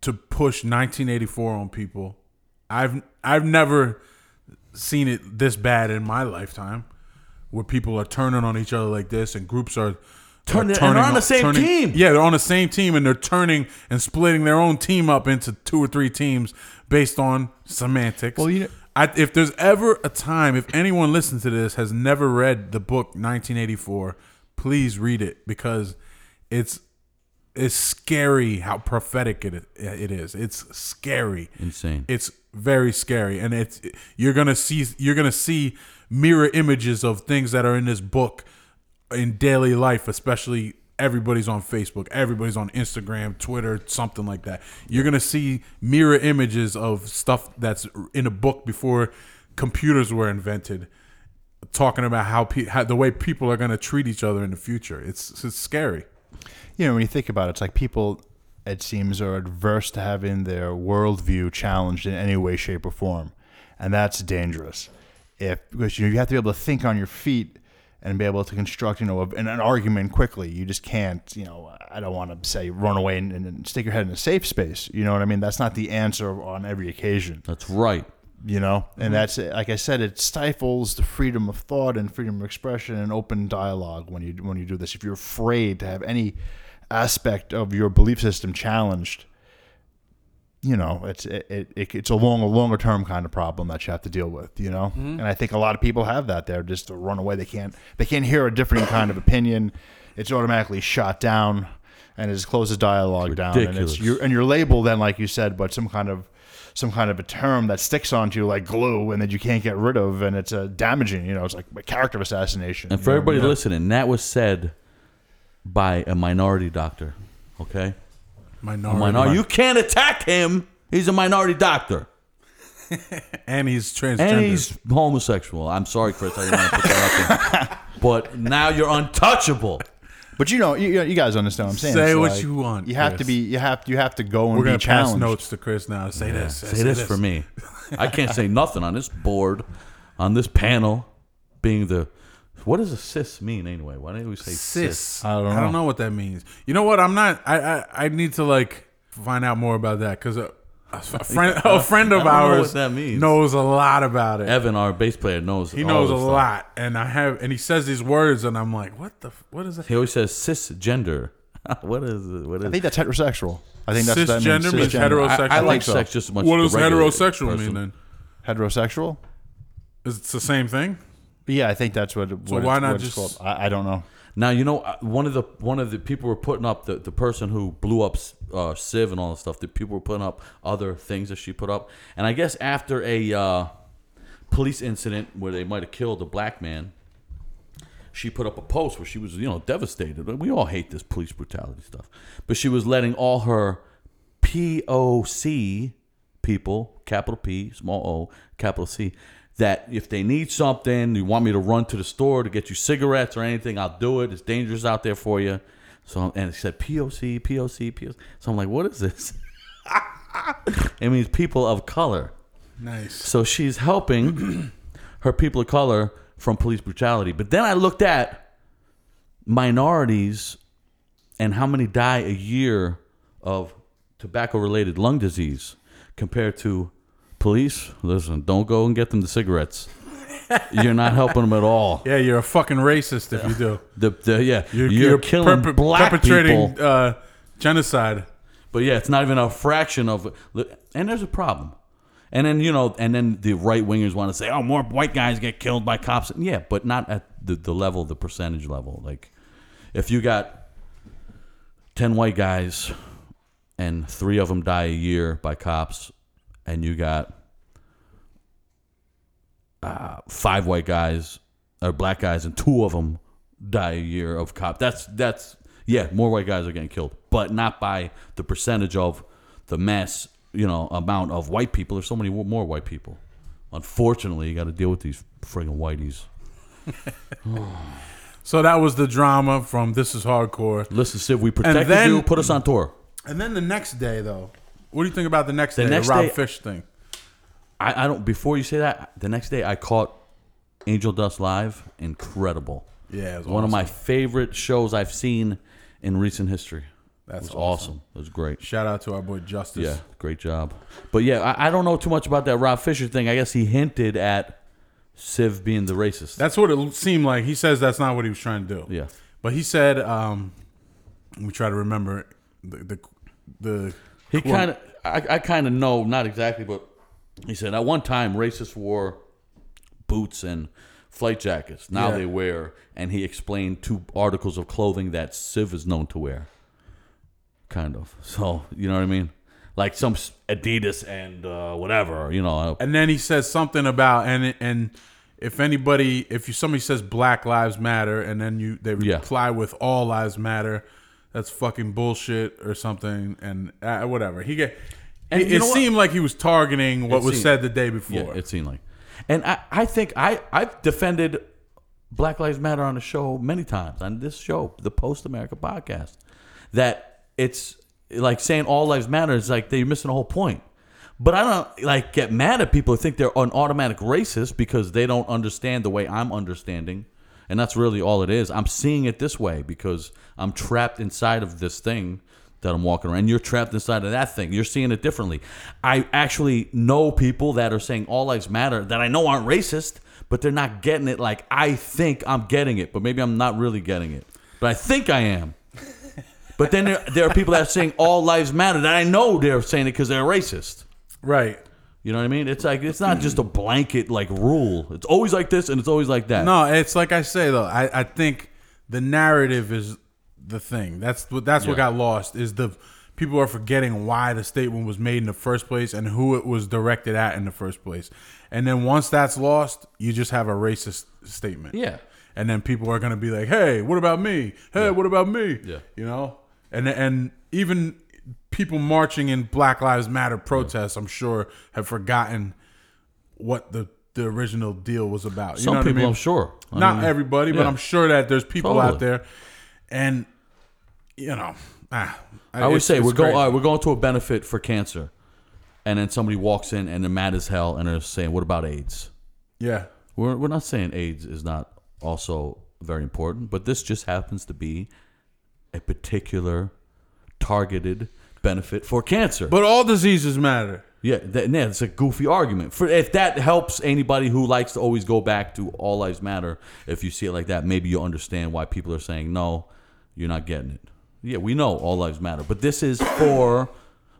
Speaker 5: to push 1984 on people, I've I've never seen it this bad in my lifetime, where people are turning on each other like this, and groups are.
Speaker 2: Turn-
Speaker 5: are
Speaker 2: and they're on the same
Speaker 5: turning-
Speaker 2: team.
Speaker 5: Yeah, they're on the same team, and they're turning and splitting their own team up into two or three teams based on semantics.
Speaker 4: Well, you know-
Speaker 5: I, if there's ever a time, if anyone listening to this has never read the book 1984, please read it because it's it's scary how prophetic it it is. It's scary,
Speaker 2: Insane.
Speaker 5: It's very scary, and it's you're gonna see you're gonna see mirror images of things that are in this book in daily life, especially everybody's on Facebook, everybody's on Instagram, Twitter, something like that. You're going to see mirror images of stuff that's in a book before computers were invented talking about how, pe- how the way people are going to treat each other in the future. It's, it's scary.
Speaker 4: you know, when you think about it, it's like people, it seems, are adverse to having their worldview challenged in any way, shape, or form, and that's dangerous. If because you know, you have to be able to think on your feet and be able to construct, you know, an, an argument quickly. You just can't, you know. I don't want to say run away and, and stick your head in a safe space. You know what I mean? That's not the answer on every occasion
Speaker 2: That's right.
Speaker 4: you know and that's like i said it stifles the freedom of thought and freedom of expression and open dialogue when you when you do this if you're afraid to have any aspect of your belief system challenged you know it's it, it, it it's a long a longer term kind of problem that you have to deal with you know and i think a lot of people have that they're just to run away they can't they can't hear a different kind of opinion it's automatically shot down and it just closes dialogue down and
Speaker 2: Ridiculous.
Speaker 4: it's your and your label then like you said but some kind of some kind of a term that sticks onto you like glue and that you can't get rid of and it's uh, damaging you know it's like a character assassination
Speaker 2: And for everybody listening, that was said by a minority doctor. Okay,
Speaker 5: Minority.
Speaker 2: minority. You can't attack him. He's a minority doctor,
Speaker 5: And he's transgender.
Speaker 2: and he's homosexual. I'm sorry, Chris. I didn't want to put that up there. But now you're untouchable.
Speaker 4: but you know you, you guys understand what i'm saying
Speaker 5: Say
Speaker 4: It's
Speaker 5: what
Speaker 4: like,
Speaker 5: you want,
Speaker 4: you have to
Speaker 5: Chris.
Speaker 4: be you have you have to go and
Speaker 5: We're
Speaker 4: be
Speaker 5: gonna pass
Speaker 4: challenged
Speaker 5: notes to Chris now. Say this.
Speaker 2: Say this for me. I can't say nothing on this board, on this panel, being the. What does a cis mean anyway? Why didn't we say cis?
Speaker 5: Sis.
Speaker 4: I don't
Speaker 5: I don't know what that means. You know what? I'm not. I I, I need to like find out more about that because a, a friend a friend of
Speaker 2: I don't know
Speaker 5: ours
Speaker 2: what that means.
Speaker 5: knows a lot about it.
Speaker 2: Evan, our bass player, knows.
Speaker 5: He knows a lot, and I have, and he says these words, and I'm like, what the, f- what is that?
Speaker 2: He always says cisgender. what is it? What is
Speaker 4: i think that's heterosexual i think that's what
Speaker 5: Cisgender means
Speaker 4: that means,
Speaker 5: hetero-
Speaker 2: I, I
Speaker 5: Sexual.
Speaker 2: like
Speaker 4: So,
Speaker 2: sex just as much.
Speaker 5: What
Speaker 2: as
Speaker 5: does
Speaker 2: the regular
Speaker 5: heterosexual
Speaker 2: person.
Speaker 5: mean then?
Speaker 4: heterosexual
Speaker 5: Is it the same thing?
Speaker 4: But yeah i think that's what, what it's-
Speaker 5: why not
Speaker 4: what it's
Speaker 5: just-
Speaker 4: called. I, I don't know
Speaker 2: Now you know uh, one of the one of the people were putting up the, the person who blew up uh, Civ and all that stuff. The people were putting up other things that she put up, and I guess after a uh, police incident where they might have killed a black man, she put up a post where she was you know devastated. We all hate this police brutality stuff, but she was letting all her POC people, capital P, small O, capital C, that if they need something, you want me to run to the store to get you cigarettes or anything, I'll do it. It's dangerous out there for you. So and it said POC, POC, POC. So I'm like, what is this? it means people of color.
Speaker 5: Nice.
Speaker 2: So she's helping her people of color from police brutality. But then I looked at minorities and how many die a year of tobacco related lung disease compared to police. Listen, don't go and get them the cigarettes. You're not helping them at all.
Speaker 5: Yeah, you're a fucking racist if you do.
Speaker 2: The, the, yeah, you're,
Speaker 5: You're,
Speaker 2: killing
Speaker 5: perpe-
Speaker 2: black
Speaker 5: perpetrating
Speaker 2: people.
Speaker 5: Uh, genocide.
Speaker 2: But yeah, it's not even a fraction of. And there's a problem. And then you know, and then the right wingers want to say, "Oh, more white guys get killed by cops." Yeah, but not at the, the level, the percentage level. Like, if you got ten white guys, and three of them die a year by cops, and you got uh, five white guys or black guys, and two of them die a year of cop. That's that's yeah, more white guys are getting killed, but not by the percentage of the mass you know amount of white people. There's so many more white people. Unfortunately, you got to deal with these friggin' whiteys.
Speaker 5: So that was the drama from This Is Hardcore.
Speaker 2: Listen, Siv, we protected
Speaker 5: then-
Speaker 2: you. Put us on tour.
Speaker 5: And then the next day, though, what do you think about the next day?
Speaker 2: next
Speaker 5: the Rob
Speaker 2: day-
Speaker 5: Fish thing.
Speaker 2: I, I don't. Before you say that, the next day I caught Angel Dust live. Incredible.
Speaker 5: Yeah, it was
Speaker 2: one of my favorite shows I've seen in recent history.
Speaker 5: That's
Speaker 2: it was awesome. It was great.
Speaker 5: Shout out to our boy Justice.
Speaker 2: Yeah, great job. But yeah, I, I don't know too much about that Rob Fisher thing. I guess he hinted at Civ being the racist.
Speaker 5: That's what it seemed like. He says that's not what he was trying to do.
Speaker 2: yeah,
Speaker 5: But he said, um, let me try to remember the the, the
Speaker 2: he kind of. I, I kind of know, not exactly, but he said at one time racists wore boots and flight jackets. Now
Speaker 5: Yeah.
Speaker 2: they wear, and he explained two articles of clothing that Civ is known to wear. Kind of. So you know what I mean. Like some s- Adidas and uh, whatever, you know.
Speaker 5: and then he says something about and and if anybody if you somebody says black lives matter and then you they
Speaker 2: Yeah.
Speaker 5: reply with all lives matter that's fucking bullshit or something and uh, whatever he get
Speaker 2: And
Speaker 5: it,
Speaker 2: you
Speaker 5: it
Speaker 2: know what?
Speaker 5: seemed like he was targeting what
Speaker 2: It
Speaker 5: was
Speaker 2: seemed-
Speaker 5: said the day
Speaker 2: Yeah,
Speaker 5: before
Speaker 2: it seemed like. And I, I think I, I've defended Black Lives Matter on the show many times on this show, the Post America podcast, that it's like saying all lives matter is like they're missing the whole point. But I don't like get mad at people who think they're an automatic racist because they don't understand the way I'm understanding. And that's really all it is. I'm seeing it this way because I'm trapped inside of this thing that I'm walking around. You're trapped inside of that thing. You're seeing it differently. I actually know people that are saying all lives matter that I know aren't racist, but they're not getting it like I think I'm getting it, but maybe I'm not really getting it. But I think I am. But then there, there are people that are saying all lives matter that I know they're saying it because they're racist.
Speaker 5: Right.
Speaker 2: You know what I mean? It's like it's not just a blanket like rule. It's always like this and it's always like that.
Speaker 5: No, it's like I say though. I, I think the narrative is the thing. That's what that's what
Speaker 2: Yeah.
Speaker 5: got lost is the people are forgetting why the statement was made in the first place and who it was directed at in the first place. And then once that's lost, you just have a racist statement.
Speaker 2: Yeah.
Speaker 5: And then people are going to be like, "Hey, what about me? Hey, what about me?"
Speaker 2: Yeah.
Speaker 5: You know? And and even people marching in Black Lives Matter protests, I'm sure have forgotten what the the original deal was about. You
Speaker 2: Some
Speaker 5: know what I
Speaker 2: people,
Speaker 5: mean?
Speaker 2: I'm sure. I
Speaker 5: not
Speaker 2: mean,
Speaker 5: everybody, but
Speaker 2: yeah.
Speaker 5: I'm sure that there's people out
Speaker 2: Totally.
Speaker 5: there, and you know, ah,
Speaker 2: I always
Speaker 5: it's-
Speaker 2: say
Speaker 5: it's
Speaker 2: we're going.
Speaker 5: crazy.
Speaker 2: All right, we're going to a benefit for cancer, and then somebody walks in and they're mad as hell and they're saying, "What about AIDS?"
Speaker 5: yeah,
Speaker 2: We're we're not saying AIDS is not also very important, but this just happens to be a particular targeted benefit for cancer.
Speaker 5: but all diseases matter.
Speaker 2: Yeah, that, yeah, it's a goofy argument. For if that helps anybody who likes to always go back to all lives matter, if you see it like that, maybe you understand why people are saying no, you're not getting it. Yeah, we know all lives matter, but this is for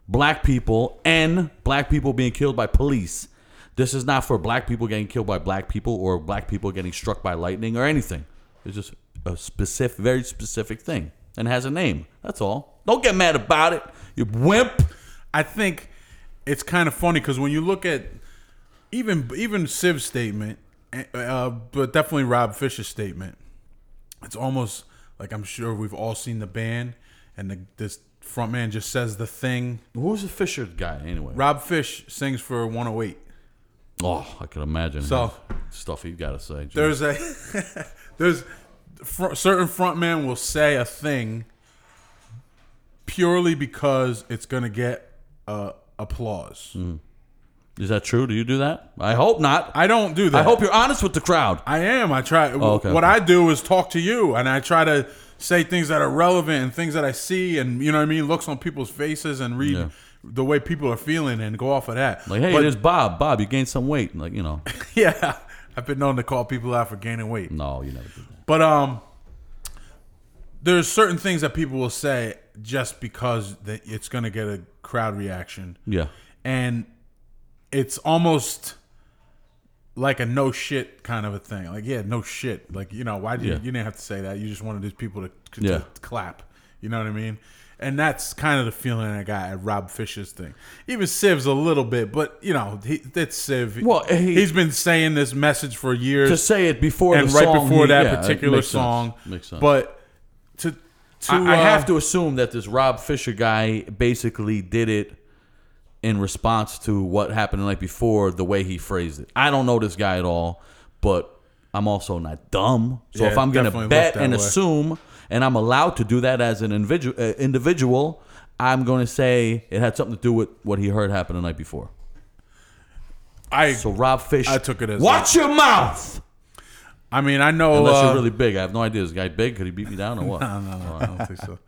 Speaker 2: black people and black people being killed by police. This is not for black people getting killed by black people or black people getting struck by lightning or anything. It's just a specific, very specific thing and has a name. That's all. Don't get mad about it, you wimp.
Speaker 5: I think it's kind of funny because when you look at even even Siv's statement, uh, but definitely Rob Fisher's statement, it's almost like I'm sure we've all seen the band, and the, this front man just says the thing.
Speaker 2: Who's the Fisher guy anyway?
Speaker 5: Rob Fish sings for 108.
Speaker 2: Oh, I could imagine.
Speaker 5: So-
Speaker 2: how- stuff you've got to say. Jim.
Speaker 5: there's a there's fr- certain frontman will say a thing purely because it's gonna get uh, applause.
Speaker 2: Is that true? Do you do that? I hope not. I,
Speaker 5: I don't do that.
Speaker 2: hope you're honest with the crowd.
Speaker 5: I am. I try.
Speaker 2: Oh, okay,
Speaker 5: what
Speaker 2: okay.
Speaker 5: I do is talk to you, and I try to say things that are relevant and things that I see, and you know what I mean. Looks on people's faces and read
Speaker 2: Yeah.
Speaker 5: the way people are feeling, and go off of that.
Speaker 2: Like, hey,
Speaker 5: But-
Speaker 2: there's Bob. Bob, you gained some weight. Like, you know,
Speaker 5: yeah, I've been known to call people out for gaining weight.
Speaker 2: no, you never do that.
Speaker 5: But um, there's certain things that people will say just because that it's gonna get a crowd reaction,
Speaker 2: Yeah.
Speaker 5: and it's almost like a no shit kind of a thing. Like, yeah, no shit. Like, you know, why did you,
Speaker 2: Yeah.
Speaker 5: you didn't have to say that? You just wanted these people to, to
Speaker 2: Yeah.
Speaker 5: clap. You know what I mean? And that's kind of the feeling I got at Rob Fisher's thing. Even Siv's a little bit, but you know, he, that's Siv.
Speaker 2: Well, he-
Speaker 5: has been saying this message for years
Speaker 2: To say it before
Speaker 5: and
Speaker 2: the
Speaker 5: right
Speaker 2: song,
Speaker 5: before
Speaker 2: he-
Speaker 5: that
Speaker 2: yeah, it
Speaker 5: particular
Speaker 2: makes sense.
Speaker 5: song.
Speaker 2: makes sense.
Speaker 5: But to to
Speaker 2: I, I
Speaker 5: uh,
Speaker 2: have to assume that this Rob Fisher guy basically did it in response to what happened the night before, the way he phrased it. I don't know this guy at all, but I'm also not dumb. So
Speaker 5: Yeah,
Speaker 2: if I'm going
Speaker 5: definitely
Speaker 2: to
Speaker 5: looked
Speaker 2: bet
Speaker 5: that
Speaker 2: and
Speaker 5: way.
Speaker 2: assume, and I'm allowed to do that as an individual, uh, individual I'm going to say it had something to do with what he heard happen the night before.
Speaker 5: I
Speaker 2: So Rob Fish,
Speaker 5: I took it as
Speaker 2: watch your mouth.
Speaker 5: I mean I know
Speaker 2: Unless
Speaker 5: uh,
Speaker 2: you're really big, I have no idea. Is this guy big? Could he beat me down or what?
Speaker 5: no, no, no, I don't think so.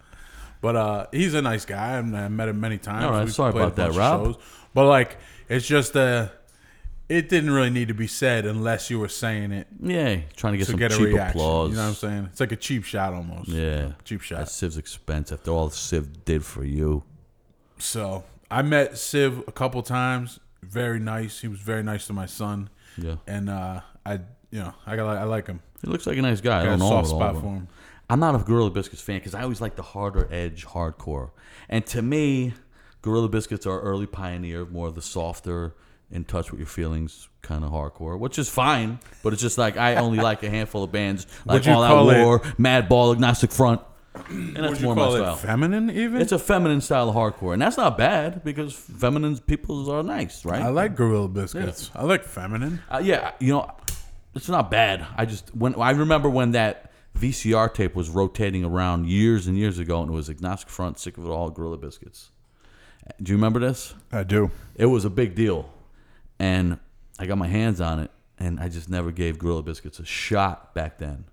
Speaker 5: But uh, he's a nice guy. and I met him many times.
Speaker 2: All right,
Speaker 5: We've
Speaker 2: sorry
Speaker 5: played a
Speaker 2: about that,
Speaker 5: bunch of
Speaker 2: Rob.
Speaker 5: But like, it's just uh, it didn't really need to be said unless you were saying it
Speaker 2: Yeah, trying to get
Speaker 5: to
Speaker 2: some
Speaker 5: get a
Speaker 2: cheap
Speaker 5: reaction.
Speaker 2: applause.
Speaker 5: You know what I'm saying? It's like a cheap shot almost.
Speaker 2: Yeah.
Speaker 5: cheap shot.
Speaker 2: At Civ's expense, after all Civ did for you.
Speaker 5: So I met Siv a couple times. Very nice. He was very nice to my son.
Speaker 2: Yeah.
Speaker 5: And uh, I, you know, I got I like him.
Speaker 2: He looks like a nice guy. I
Speaker 5: Got
Speaker 2: don't
Speaker 5: a
Speaker 2: know
Speaker 5: soft
Speaker 2: him at all,
Speaker 5: spot
Speaker 2: but-
Speaker 5: for him.
Speaker 2: I'm not a Gorilla Biscuits fan because I always like the harder edge hardcore. And to me, Gorilla Biscuits are early pioneer, more of the softer, in touch with your feelings kind of hardcore, which is fine. But it's just like I only like a handful of bands like
Speaker 5: Would you
Speaker 2: All
Speaker 5: call
Speaker 2: Out
Speaker 5: it-
Speaker 2: War, Madball, Agnostic Front. And that's
Speaker 5: Would you
Speaker 2: more my
Speaker 5: call it
Speaker 2: style.
Speaker 5: feminine even?
Speaker 2: it's a feminine style of hardcore, and that's not bad because feminine people are nice, right?
Speaker 5: I like gorilla biscuits. I like feminine.
Speaker 2: Uh, yeah, you know, it's not bad. I just when I remember when that VCR tape was rotating around years and years ago, and it was Agnostic Front, Sick of It All, Gorilla Biscuits. Do you remember this?
Speaker 4: I do.
Speaker 2: It was a big deal, and I got my hands on it, and I just never gave Gorilla Biscuits a shot back then.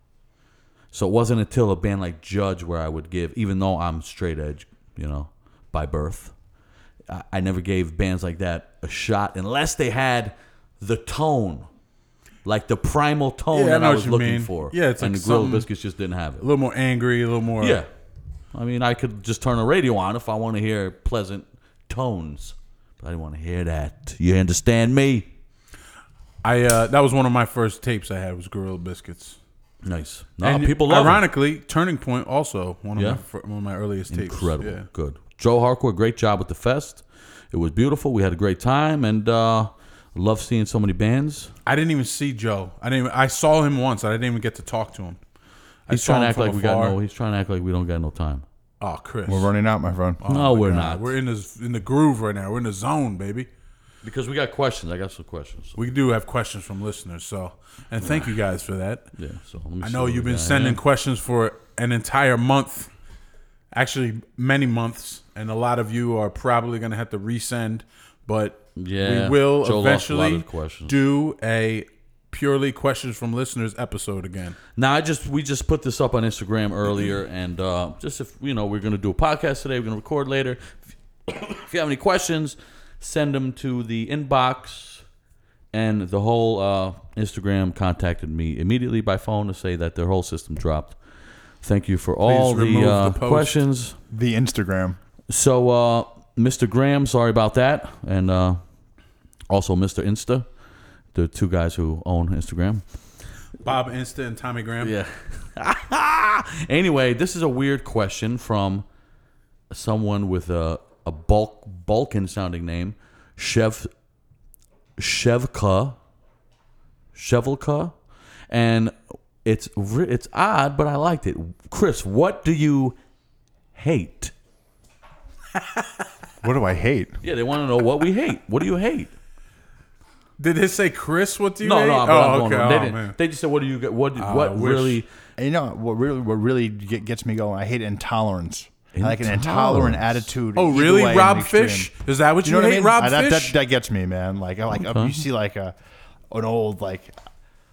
Speaker 2: So it wasn't until a band like Judge where I would give, even though I'm straight edge, you know, by birth. I, I never gave bands like that a shot unless they had the tone, like the primal tone
Speaker 5: Yeah, I
Speaker 2: that
Speaker 5: know
Speaker 2: I
Speaker 5: what
Speaker 2: was
Speaker 5: you
Speaker 2: looking
Speaker 5: mean.
Speaker 2: for.
Speaker 5: Yeah, it's
Speaker 2: and
Speaker 5: like
Speaker 2: the Gorilla
Speaker 5: something-
Speaker 2: Biscuits just didn't have it.
Speaker 5: A little more angry, a little more.
Speaker 2: Yeah, I mean, I could just turn the radio on if I want to hear pleasant tones, but I didn't want to hear that. You understand me?
Speaker 5: I uh, that was one of my first tapes I had was Gorilla Biscuits.
Speaker 2: Nice. No,
Speaker 5: And
Speaker 2: Ah, people love 'em.
Speaker 5: Ironically, Turning Point also one of
Speaker 2: Yeah.
Speaker 5: my fir- one of my earliest tapes.
Speaker 2: Incredible.
Speaker 5: Yeah.
Speaker 2: Good. Joe Harcourt, great job with the fest. It was beautiful. We had a great time and uh, love seeing so many bands.
Speaker 5: I didn't even see Joe. I didn't. Even, I saw him once. and I didn't even get to talk to him. I
Speaker 2: He's
Speaker 5: saw
Speaker 2: trying to
Speaker 5: him
Speaker 2: act
Speaker 5: from
Speaker 2: like we got
Speaker 5: afar.
Speaker 2: no. He's trying to act like we don't got no time.
Speaker 5: Oh, Chris.
Speaker 4: We're running out, my friend.
Speaker 5: Uh.
Speaker 2: no, we're
Speaker 5: Nah,
Speaker 2: not.
Speaker 5: Oh We're in this in the groove right now. We're in the zone, baby.
Speaker 2: because we got questions. I got some questions.
Speaker 5: We do have questions from listeners, so and thank you guys for that.
Speaker 2: Yeah. So let me
Speaker 5: I
Speaker 2: see
Speaker 5: know
Speaker 2: what we
Speaker 5: you've been
Speaker 2: got
Speaker 5: sending
Speaker 2: here.
Speaker 5: questions for an entire month, actually many months, and a lot of you are probably going to have to resend. But
Speaker 2: Yeah,
Speaker 5: we will
Speaker 2: Joe lost a lot of
Speaker 5: eventually
Speaker 2: questions.
Speaker 5: do a purely questions from listeners episode again.
Speaker 2: Now I just we just put this up on Instagram earlier, and uh, just if you know we're gonna do a podcast today, we're gonna record later. If, if you have any questions, send them to the inbox. And the whole uh, Instagram contacted me immediately by phone to say that their whole system dropped. Thank you for all the,
Speaker 5: remove the
Speaker 2: uh,
Speaker 5: post.
Speaker 2: questions.
Speaker 4: The Instagram.
Speaker 2: So, uh, Mr. Graham, sorry about that, and uh, also Mr. Insta, the two guys who own Instagram.
Speaker 5: Bob Insta and Tommy Graham.
Speaker 2: Yeah. anyway, this is a weird question from someone with a, a bulk Balkan sounding name, Shev Shevka Shevelka, and it's re- it's odd, but I liked it. Chris, what do you hate?
Speaker 4: What do I hate?
Speaker 2: Yeah, they want to know what we hate. What do you hate?
Speaker 5: Did it say Chris? What do you?
Speaker 2: No,
Speaker 5: hate?
Speaker 2: no, but I'm
Speaker 5: oh,
Speaker 2: going
Speaker 5: okay.
Speaker 2: on. They,
Speaker 5: oh,
Speaker 2: didn't-
Speaker 5: man.
Speaker 2: they just said, "What do you get? What
Speaker 5: I
Speaker 2: what
Speaker 5: wish.
Speaker 2: really?"
Speaker 4: And you know what really what really get, gets me going? I hate intolerance. I like an intolerant
Speaker 2: Intolerance.
Speaker 4: attitude.
Speaker 5: Oh,
Speaker 4: either
Speaker 5: really?
Speaker 4: way in
Speaker 5: Rob
Speaker 4: the extreme.
Speaker 5: Fish? Is that what
Speaker 4: Do
Speaker 5: you, hate? Rob
Speaker 4: I- that,
Speaker 5: Fish?
Speaker 4: that, that gets me, man. Like I like uh, you see like a an old like I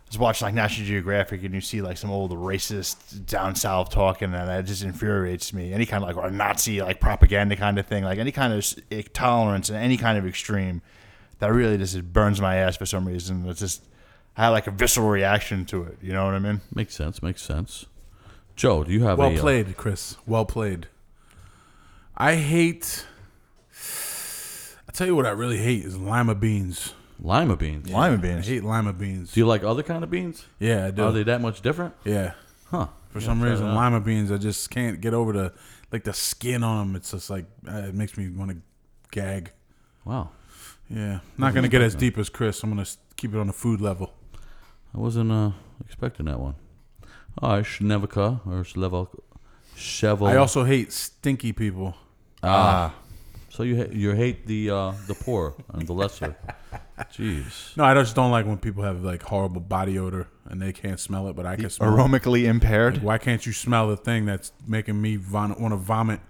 Speaker 4: was watching like National Geographic and you see like some old racist down south talking and that just infuriates me. Any kind of like or Nazi like propaganda kind of thing, like any kind of s- intolerance and any kind of extreme that really just it burns my ass for some reason. It's just I had like a visceral reaction to it. You know what I mean?
Speaker 2: Makes sense. Makes sense. Joe, do you have
Speaker 5: Well
Speaker 2: a uh,
Speaker 5: played, Chris. Well played. I hate. I tell you what, I really hate is lima beans.
Speaker 2: lima beans?
Speaker 4: Lima
Speaker 5: I
Speaker 4: beans.
Speaker 5: hate lima beans.
Speaker 2: Do you like other kind of beans?
Speaker 5: Yeah, I do.
Speaker 2: Are they that much different?
Speaker 5: yeah.
Speaker 2: Huh.
Speaker 5: For some reason, lima beans, I just can't get over the like the skin on them. It's just like uh, it makes me want to gag.
Speaker 2: Wow.
Speaker 5: Yeah, not gonna get as deep as Chris. I'm gonna s- keep it on the food level.
Speaker 2: I wasn't uh, expecting that one. Oh, All right, Shnevka or Shlevel. Shevel.
Speaker 5: I also hate stinky people.
Speaker 2: so you ha- you hate the uh, the poor and the lesser. Jeez.
Speaker 5: No, I just don't like when people have like horrible body odor and they can't smell it, but I can smell. it.
Speaker 4: Aromically impaired.
Speaker 5: Why can't you smell the thing that's making me von- want to vomit?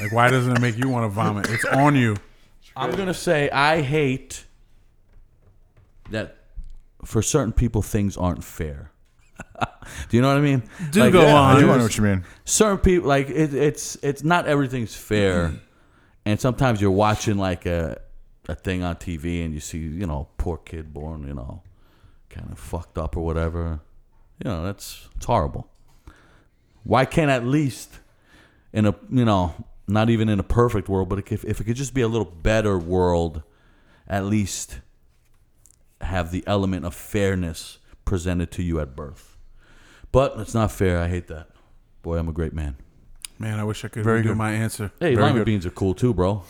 Speaker 5: Like, why doesn't it make you want to vomit? It's on you.
Speaker 2: I'm gonna say I hate that for certain people things aren't fair. Do you know what I mean?
Speaker 5: Do
Speaker 2: Like,
Speaker 5: go on.
Speaker 4: I do know what you mean.
Speaker 2: certain people like it, it's it's not everything's fair and sometimes you're watching like a a thing on TV and you see you know poor kid born you know kind of fucked up or whatever you know that's it's horrible why can't at least in a you know not even in a perfect world but if, if it could just be a little better world at least have the element of fairness presented to you at birth but it's not fair i hate that boy i'm a great man
Speaker 5: Man, I wish I could
Speaker 4: Very
Speaker 5: redo
Speaker 4: good.
Speaker 5: my answer.
Speaker 2: Hey,
Speaker 4: Very
Speaker 2: lima
Speaker 4: good.
Speaker 2: beans are cool too, bro.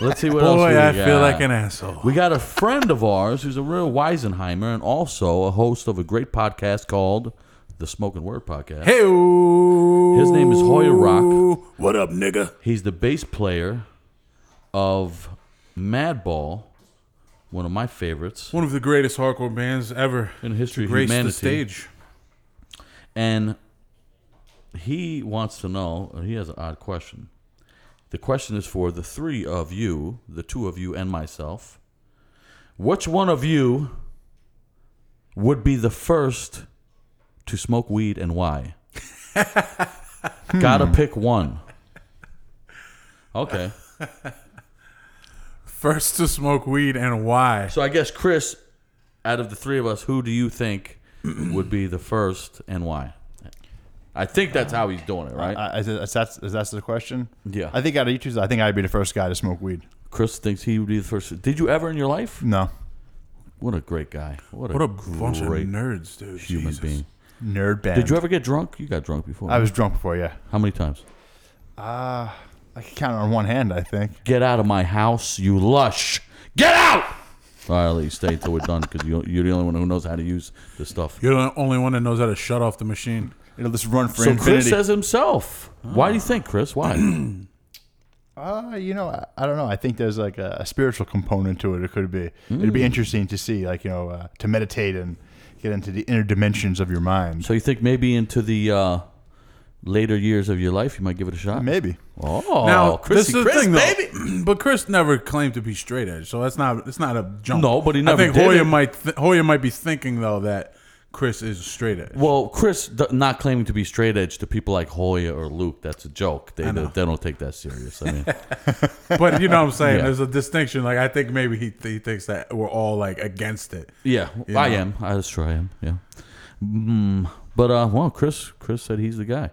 Speaker 2: Let's see what else we
Speaker 5: Boy, I feel
Speaker 2: got.
Speaker 5: like an asshole.
Speaker 2: We got a friend of ours who's a real Weisenheimer and also a host of a great podcast called the Smoke and Word Podcast.
Speaker 5: hey,
Speaker 2: His
Speaker 5: his
Speaker 2: name is Hoya Rock.
Speaker 5: What up, nigga?
Speaker 2: He's the bass player of Madball, one of my favorites
Speaker 5: One of the greatest hardcore bands ever
Speaker 2: in the history of
Speaker 5: graced the
Speaker 2: humanity.
Speaker 5: stage.
Speaker 2: And he wants to know, he has an odd question. The question is for the three of you, the two of you and myself. Which one of you would be the first to smoke weed and why? Gotta pick one. Okay.
Speaker 5: First to smoke weed and why?
Speaker 2: So I guess, Chris, out of the three of us, who do you think would be the first and why? I think that's how he's doing it, right?
Speaker 4: I, I, Uh, is, that, is that the question?
Speaker 2: Yeah.
Speaker 4: I think out of you two, I think I'd be the first guy to smoke weed.
Speaker 2: Chris thinks he would be the first. Did you ever in your life?
Speaker 4: No.
Speaker 2: What a great guy. What a,
Speaker 5: What a
Speaker 2: great
Speaker 5: bunch of nerds, dude.
Speaker 2: human
Speaker 5: Jesus.
Speaker 2: being.
Speaker 4: Nerd band.
Speaker 2: Did you ever get drunk? You got drunk before.
Speaker 4: I was drunk before, yeah.
Speaker 2: How many times?
Speaker 4: I could count on one hand, I think.
Speaker 2: Get out of my house, you lush. Get out! All right, I'll let you stay until we're done because you, you're the only one who knows how to use this stuff.
Speaker 5: You're the only one that knows how to shut off the machine.
Speaker 4: It'll just run for
Speaker 2: So Chris
Speaker 4: infinity.
Speaker 2: says himself. Why do you think, Chris? Why?
Speaker 4: Uh, you know, I, I don't know. I think there's like a, a spiritual component to it. It could be. It'd be interesting to see, like you know, uh, to meditate and get into the inner dimensions of your mind.
Speaker 2: so you think maybe into the uh, later years of your life you might give it a shot?
Speaker 4: Maybe.
Speaker 2: Oh,
Speaker 5: now,
Speaker 2: Chrissy,
Speaker 5: this is
Speaker 2: Chris,
Speaker 5: the thing,
Speaker 2: baby.
Speaker 5: though. But Chris never claimed to be straight edge, so that's not it's not a jump.
Speaker 2: No, but he never
Speaker 5: I think
Speaker 2: did
Speaker 5: Hoya
Speaker 2: it.
Speaker 5: might th- Hoya might be thinking though that Chris is straight edge.
Speaker 2: Well, Chris d- not claiming to be straight edge to people like Hoya or Luke, that's a joke. They, they, they don't take that serious. I mean,
Speaker 5: but you know what I'm saying?
Speaker 2: Yeah.
Speaker 5: There's a distinction. Like I think maybe he, he thinks that we're all like against it.
Speaker 2: yeah,
Speaker 5: You
Speaker 2: I
Speaker 5: know.
Speaker 2: am. I that's true. I am. Yeah. Mm, but uh, well, Chris, Chris said he's the guy.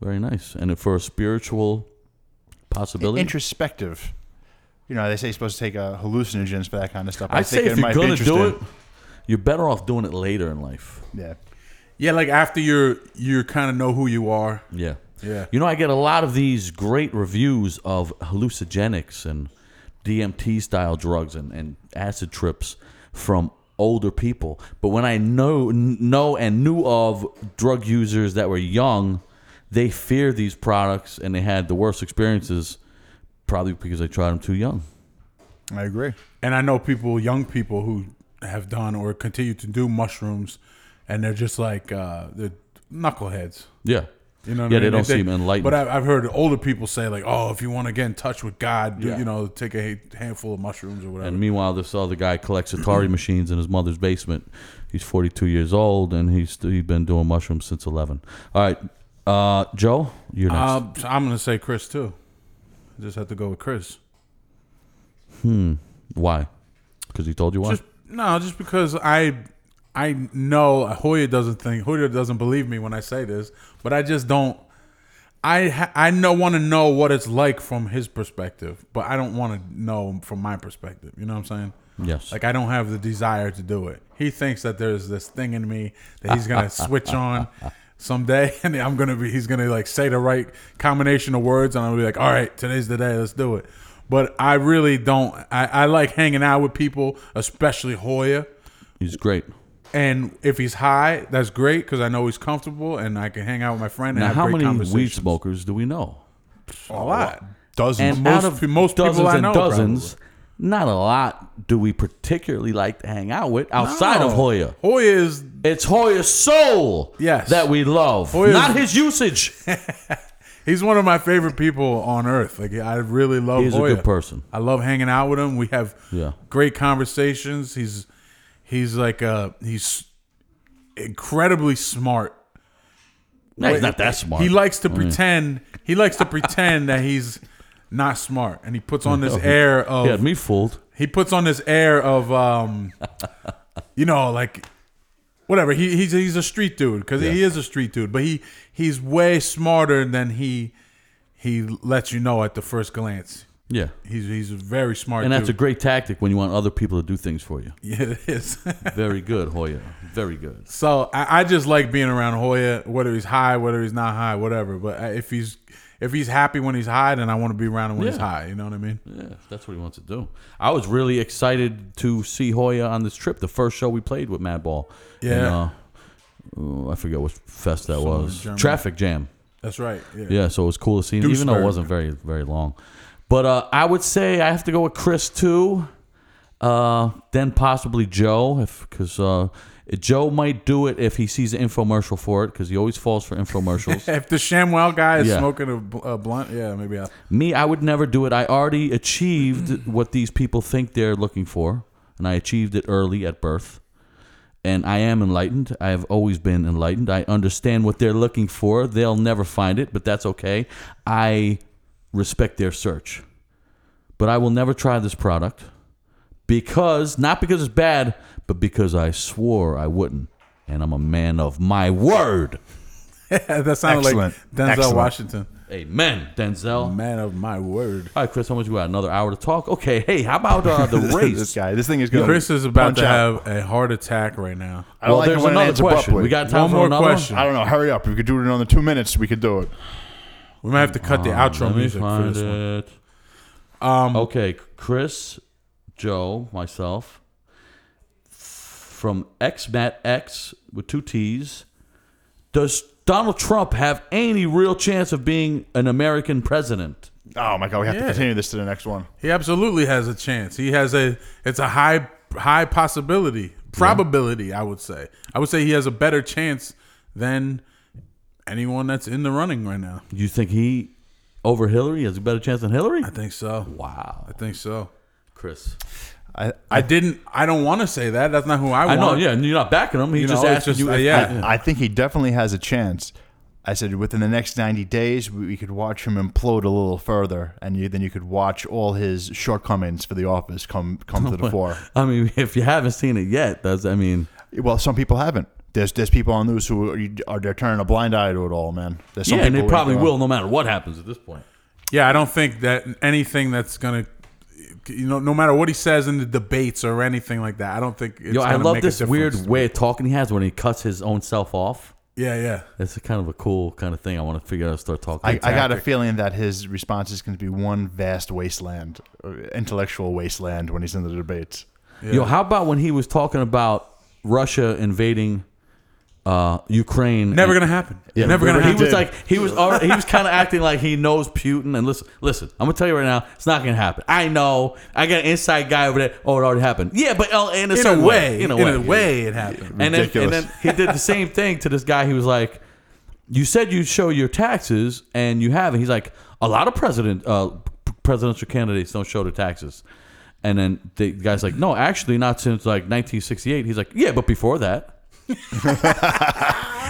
Speaker 2: Very nice, and for a spiritual possibility,
Speaker 4: Introspective. You know, they say you're supposed to take uh, hallucinogens for that kind of stuff.
Speaker 2: I say if you're gonna do it,
Speaker 4: interesting.
Speaker 2: you're better off doing it later in life.
Speaker 4: yeah.
Speaker 5: Yeah, like after you're you kind of know who you are.
Speaker 2: Yeah.
Speaker 5: Yeah.
Speaker 2: You know, I get a lot of these great reviews of hallucinogens and DMT style drugs and, and acid trips from older people. But when I know kn- know and knew of drug users that were young, they fear these products and they had the worst experiences probably because they tried them too young.
Speaker 4: I agree.
Speaker 5: And I know people, young people who have done or continue to do mushrooms, and they're just like uh, they're knuckleheads.
Speaker 2: Yeah.
Speaker 5: You know what
Speaker 2: yeah,
Speaker 5: I mean?
Speaker 2: they don't
Speaker 5: If
Speaker 2: seem enlightened.
Speaker 5: But I've, I've heard older people say like, "Oh, if you want to get in touch with God, do-
Speaker 2: Yeah.
Speaker 5: you know, take a ha- handful of mushrooms or whatever."
Speaker 2: And meanwhile, this other guy collects Atari machines in his mother's basement. He's 42 years old, and he's he's been doing mushrooms since 11. All right, uh, Joe, you're next.
Speaker 5: Uh, so I'm gonna say Chris too. I just have to go with Chris.
Speaker 2: why? Because he told you why.
Speaker 5: Just no, just because I I know Hoya doesn't think Hoya doesn't believe me when I say this, but I just don't. I ha- I know want to know what it's like from his perspective, but I don't want to know from my perspective. You know what I'm saying?
Speaker 2: yes.
Speaker 5: Like I don't have the desire to do it. He thinks that there's this thing in me that he's gonna switch on someday, and I'm gonna be. He's gonna like say the right combination of words, and I'm gonna be like, "All right, today's the day. Let's do it." But I really don't. I, I like hanging out with people, especially Hoya.
Speaker 2: he's great.
Speaker 5: And if he's high, that's great because I know he's comfortable, and I can hang out with my friend. And
Speaker 2: Now,
Speaker 5: have
Speaker 2: how
Speaker 5: great
Speaker 2: many weed
Speaker 5: conversations.
Speaker 2: smokers do we know?
Speaker 5: A lot.
Speaker 4: Dozens.
Speaker 2: And
Speaker 5: Most-
Speaker 2: out of
Speaker 5: most people
Speaker 2: dozens
Speaker 5: I
Speaker 2: and
Speaker 5: know,
Speaker 2: dozens, not a lot do we particularly like to hang out with outside of
Speaker 5: No.
Speaker 2: Hoya.
Speaker 5: Hoya is
Speaker 2: It's Hoya's soul
Speaker 5: Yes.
Speaker 2: that we love,
Speaker 5: Hoya's-
Speaker 2: not his usage.
Speaker 5: He's one of my favorite people on earth. Like I really love.
Speaker 2: He's a
Speaker 5: Hoya.
Speaker 2: good person.
Speaker 5: I love hanging out with him. We have
Speaker 2: Yeah.
Speaker 5: great conversations. He's he's like uh he's incredibly smart.
Speaker 2: No, he's not that smart.
Speaker 5: He likes to pretend. He likes to pretend that he's not smart, and he puts on this air of
Speaker 2: Oh, He had me fooled.
Speaker 5: he puts on this air of um you know like whatever he he's he's a street dude cuz he is a street dude but he he's way smarter than he he lets you know at the first glance
Speaker 2: Yeah.
Speaker 5: he's he's a very smart
Speaker 2: And
Speaker 5: dude.
Speaker 2: that's a great tactic when you want other people to do things for you.
Speaker 5: yeah, it is
Speaker 2: Very good, Hoya. Very good.
Speaker 5: so I, I just like being around Hoya whether he's high whether he's not high whatever but I- if he's if he's happy when he's high then I want to be around him when he's
Speaker 2: Yeah.
Speaker 5: high you know what I mean
Speaker 2: Yeah, that's what he wants to do. I was really excited to see Hoya on this trip. The first show we played with Madball. And,
Speaker 5: Yeah.
Speaker 2: uh, oh, I forget what fest that
Speaker 5: Somewhere in
Speaker 2: was.
Speaker 5: Germany.
Speaker 2: Traffic Jam.
Speaker 5: that's right yeah,
Speaker 2: Yeah, so it was cool to see him, even though it
Speaker 5: Duisburg.
Speaker 2: wasn't very very long. But uh, I would say I have to go with Chris too. Uh, then possibly Joe, if because uh, Joe might do it if he sees an infomercial for it, because he always falls for infomercials.
Speaker 5: If the Shamwell guy is
Speaker 2: Yeah.
Speaker 5: smoking a, bl- a blunt, yeah, maybe I.
Speaker 2: Me, I would never do it. I already achieved what these people think they're looking for, and I achieved it early at birth. And I am enlightened. I have always been enlightened. I understand what they're looking for. They'll never find it, but that's okay. I respect their search. But I will never try this product because, not because it's bad, but because I swore I wouldn't. And I'm a man of my word.
Speaker 5: that sounded
Speaker 4: Excellent.
Speaker 5: like Denzel
Speaker 4: Excellent.
Speaker 5: Washington.
Speaker 2: Amen, Denzel.
Speaker 5: Man of my word.
Speaker 2: All right, Chris, how much we got? Another hour to talk? Okay, hey, how about uh, the
Speaker 4: this
Speaker 2: race?
Speaker 4: guy. This thing is going.
Speaker 5: Chris is about
Speaker 4: punch
Speaker 5: to
Speaker 4: out.
Speaker 5: have a heart attack right now.
Speaker 4: I don't like it when it ends abruptly.
Speaker 2: We got time
Speaker 5: One
Speaker 2: for
Speaker 5: more
Speaker 2: another
Speaker 5: question.
Speaker 4: I don't know. Hurry up. If we could do it in another two minutes, we could do it.
Speaker 5: We might have to cut the outro
Speaker 2: Let me
Speaker 5: music for
Speaker 2: find
Speaker 5: this one. Um,
Speaker 2: it. okay, Chris, Joe, myself, from XMatX X with two T's. Does Donald Trump have any real chance of being an American president?
Speaker 4: Oh my god, we have to
Speaker 5: Yeah.
Speaker 4: continue this to the next one.
Speaker 5: He absolutely has a chance. He has a. It's a high high possibility probability. I would say. I would say he has a better chance than anyone that's in the running right now.
Speaker 2: You think he over Hillary has a better chance than Hillary?
Speaker 5: I think so.
Speaker 2: Wow,
Speaker 5: I think so.
Speaker 2: Chris.
Speaker 4: I
Speaker 5: I didn't. I don't want to say that. That's not who I
Speaker 2: I
Speaker 5: want.
Speaker 2: know, yeah, and you're not backing him. He
Speaker 5: You
Speaker 2: just
Speaker 5: know, it's
Speaker 2: asked you.
Speaker 5: uh,
Speaker 2: if-
Speaker 5: yeah.
Speaker 4: I think he definitely has a chance. I said within the next 90 days, we we could watch him implode a little further, and you, then you could watch all his shortcomings for the office come come to the fore.
Speaker 2: I mean, if you haven't seen it yet, does I mean?
Speaker 4: Well, some people haven't. There's there's people on the news who are, are they're turning a blind eye to it all, man. There's some
Speaker 2: yeah, and they
Speaker 4: people who-
Speaker 2: probably will, no matter what happens at this point.
Speaker 5: Yeah, I don't think that anything that's gonna, you know, no matter what he says in the debates or anything like that, I don't think. It's
Speaker 2: Yo, I
Speaker 5: gonna
Speaker 2: love
Speaker 5: make a
Speaker 2: this weird
Speaker 5: difference.
Speaker 2: way of talking he has when he cuts his own self off.
Speaker 5: Yeah, yeah.
Speaker 2: That's a kind of a cool kind of thing. I want to figure out how to start talking.
Speaker 4: I, I got a feeling that his response is going to be one vast wasteland, uh, intellectual wasteland, when he's in the debates.
Speaker 2: Yo, how about when he was talking about Russia invading uh, Ukraine?
Speaker 5: Never
Speaker 2: and-
Speaker 5: gonna happen. Never gonna
Speaker 2: He
Speaker 5: happen.
Speaker 2: was like he was already, he was kind of acting like he knows Putin. And listen, listen, I'm gonna tell you right now, it's not gonna happen. I know. I got an inside guy over there. Oh, it already happened. Yeah, but uh, in a,
Speaker 5: in
Speaker 2: certain
Speaker 5: a way,
Speaker 2: in a way,
Speaker 5: it happened.
Speaker 2: and then, and
Speaker 4: Ridiculous.
Speaker 2: then he did the same thing to this guy. He was like, "You said you show your taxes, and you haven't." He's like, "A lot of president uh, p- presidential candidates don't show their taxes." And then the guy's like, "No, actually, not since like 1968." He's like, "Yeah, but before that."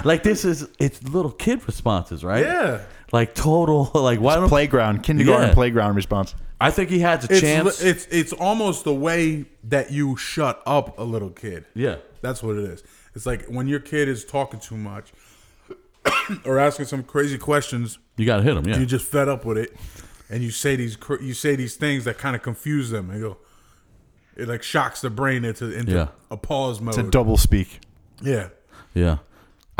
Speaker 2: like this is it's little kid responses, right?
Speaker 5: Yeah.
Speaker 2: Like total, like why don't
Speaker 4: Playground, kindergarten
Speaker 2: Yeah.
Speaker 4: playground response.
Speaker 2: I think he has a
Speaker 5: It's
Speaker 2: chance?
Speaker 5: it's it's almost the way that you shut up a little kid.
Speaker 2: yeah,
Speaker 5: That's what it is. It's like when your kid is talking too much or asking some crazy questions.
Speaker 2: you gotta hit him. Yeah,
Speaker 5: You're just fed up with it, and you say these cr- you say these things that kind of confuse them. They go, it like shocks the brain into into
Speaker 2: Yeah.
Speaker 5: a pause mode.
Speaker 4: It's a double speak.
Speaker 5: yeah,
Speaker 2: Yeah.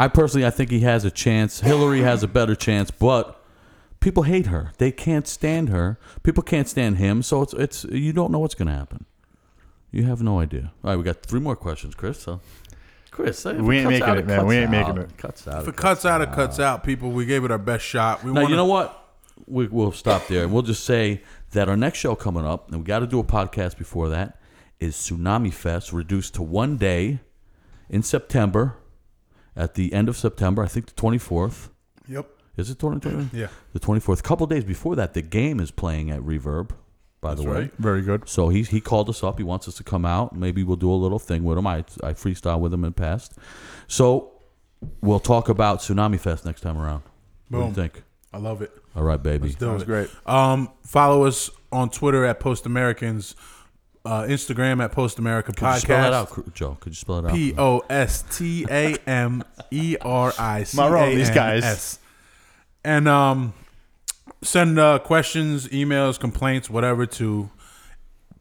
Speaker 2: I personally, I think he has a chance. Hillary has a better chance, but people hate her. They can't stand her. People can't stand him. So it's it's you don't know what's going to happen. You have no idea. All right, we got three more questions, Chris. So, Chris, if
Speaker 4: We ain't
Speaker 2: cuts
Speaker 4: making it, man.
Speaker 2: cuts
Speaker 4: We ain't making
Speaker 2: out.
Speaker 4: it.
Speaker 2: Cuts out.
Speaker 5: if it cuts out, it cuts out. People, we gave it our best shot. We
Speaker 2: Now
Speaker 5: wanna,
Speaker 2: you know what? We, we'll stop there, and we'll just say that our next show coming up, and we got to do a podcast before that, is Tsunami Fest, reduced to one day in September, at the end of September, I think the twenty fourth.
Speaker 5: Yep.
Speaker 2: Is it 2020?
Speaker 5: Yeah.
Speaker 2: The 24th. couple days before that, the game is playing at Reverb, by the way.
Speaker 5: right.
Speaker 4: Very good.
Speaker 2: So he, he called us up. He wants us to come out. Maybe we'll do a little thing with him. I, I freestyle with him in the past. So we'll talk about Tsunami Fest next time around. What
Speaker 5: Boom.
Speaker 2: do you think?
Speaker 5: I love it.
Speaker 2: All right, baby.
Speaker 5: Do
Speaker 4: Sounds
Speaker 5: it.
Speaker 4: great.
Speaker 5: Um, follow us on Twitter at Post Americans, uh, Instagram at Post America
Speaker 2: Could you spell that out,
Speaker 5: Podcast.
Speaker 2: Cr- Joe? Could you spell it out?
Speaker 5: P O S T A M E R I C.
Speaker 4: My wrong, these
Speaker 5: A N
Speaker 4: guys.
Speaker 5: S. And um, send uh, questions, emails, complaints, whatever to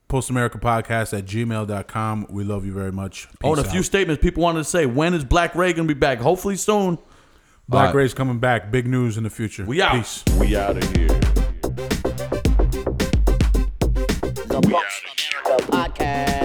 Speaker 5: postamericapodcast at gmail.com. We love you very much.
Speaker 2: oh, and
Speaker 5: Peace
Speaker 2: a few
Speaker 5: out.
Speaker 2: statements people wanted to say. When is Black Ray going to be back? Hopefully soon.
Speaker 5: Black
Speaker 2: All right.
Speaker 5: Ray's coming back. Big news in the future.
Speaker 2: We out.
Speaker 5: Peace.
Speaker 1: We out of here.
Speaker 6: The Box America Podcast.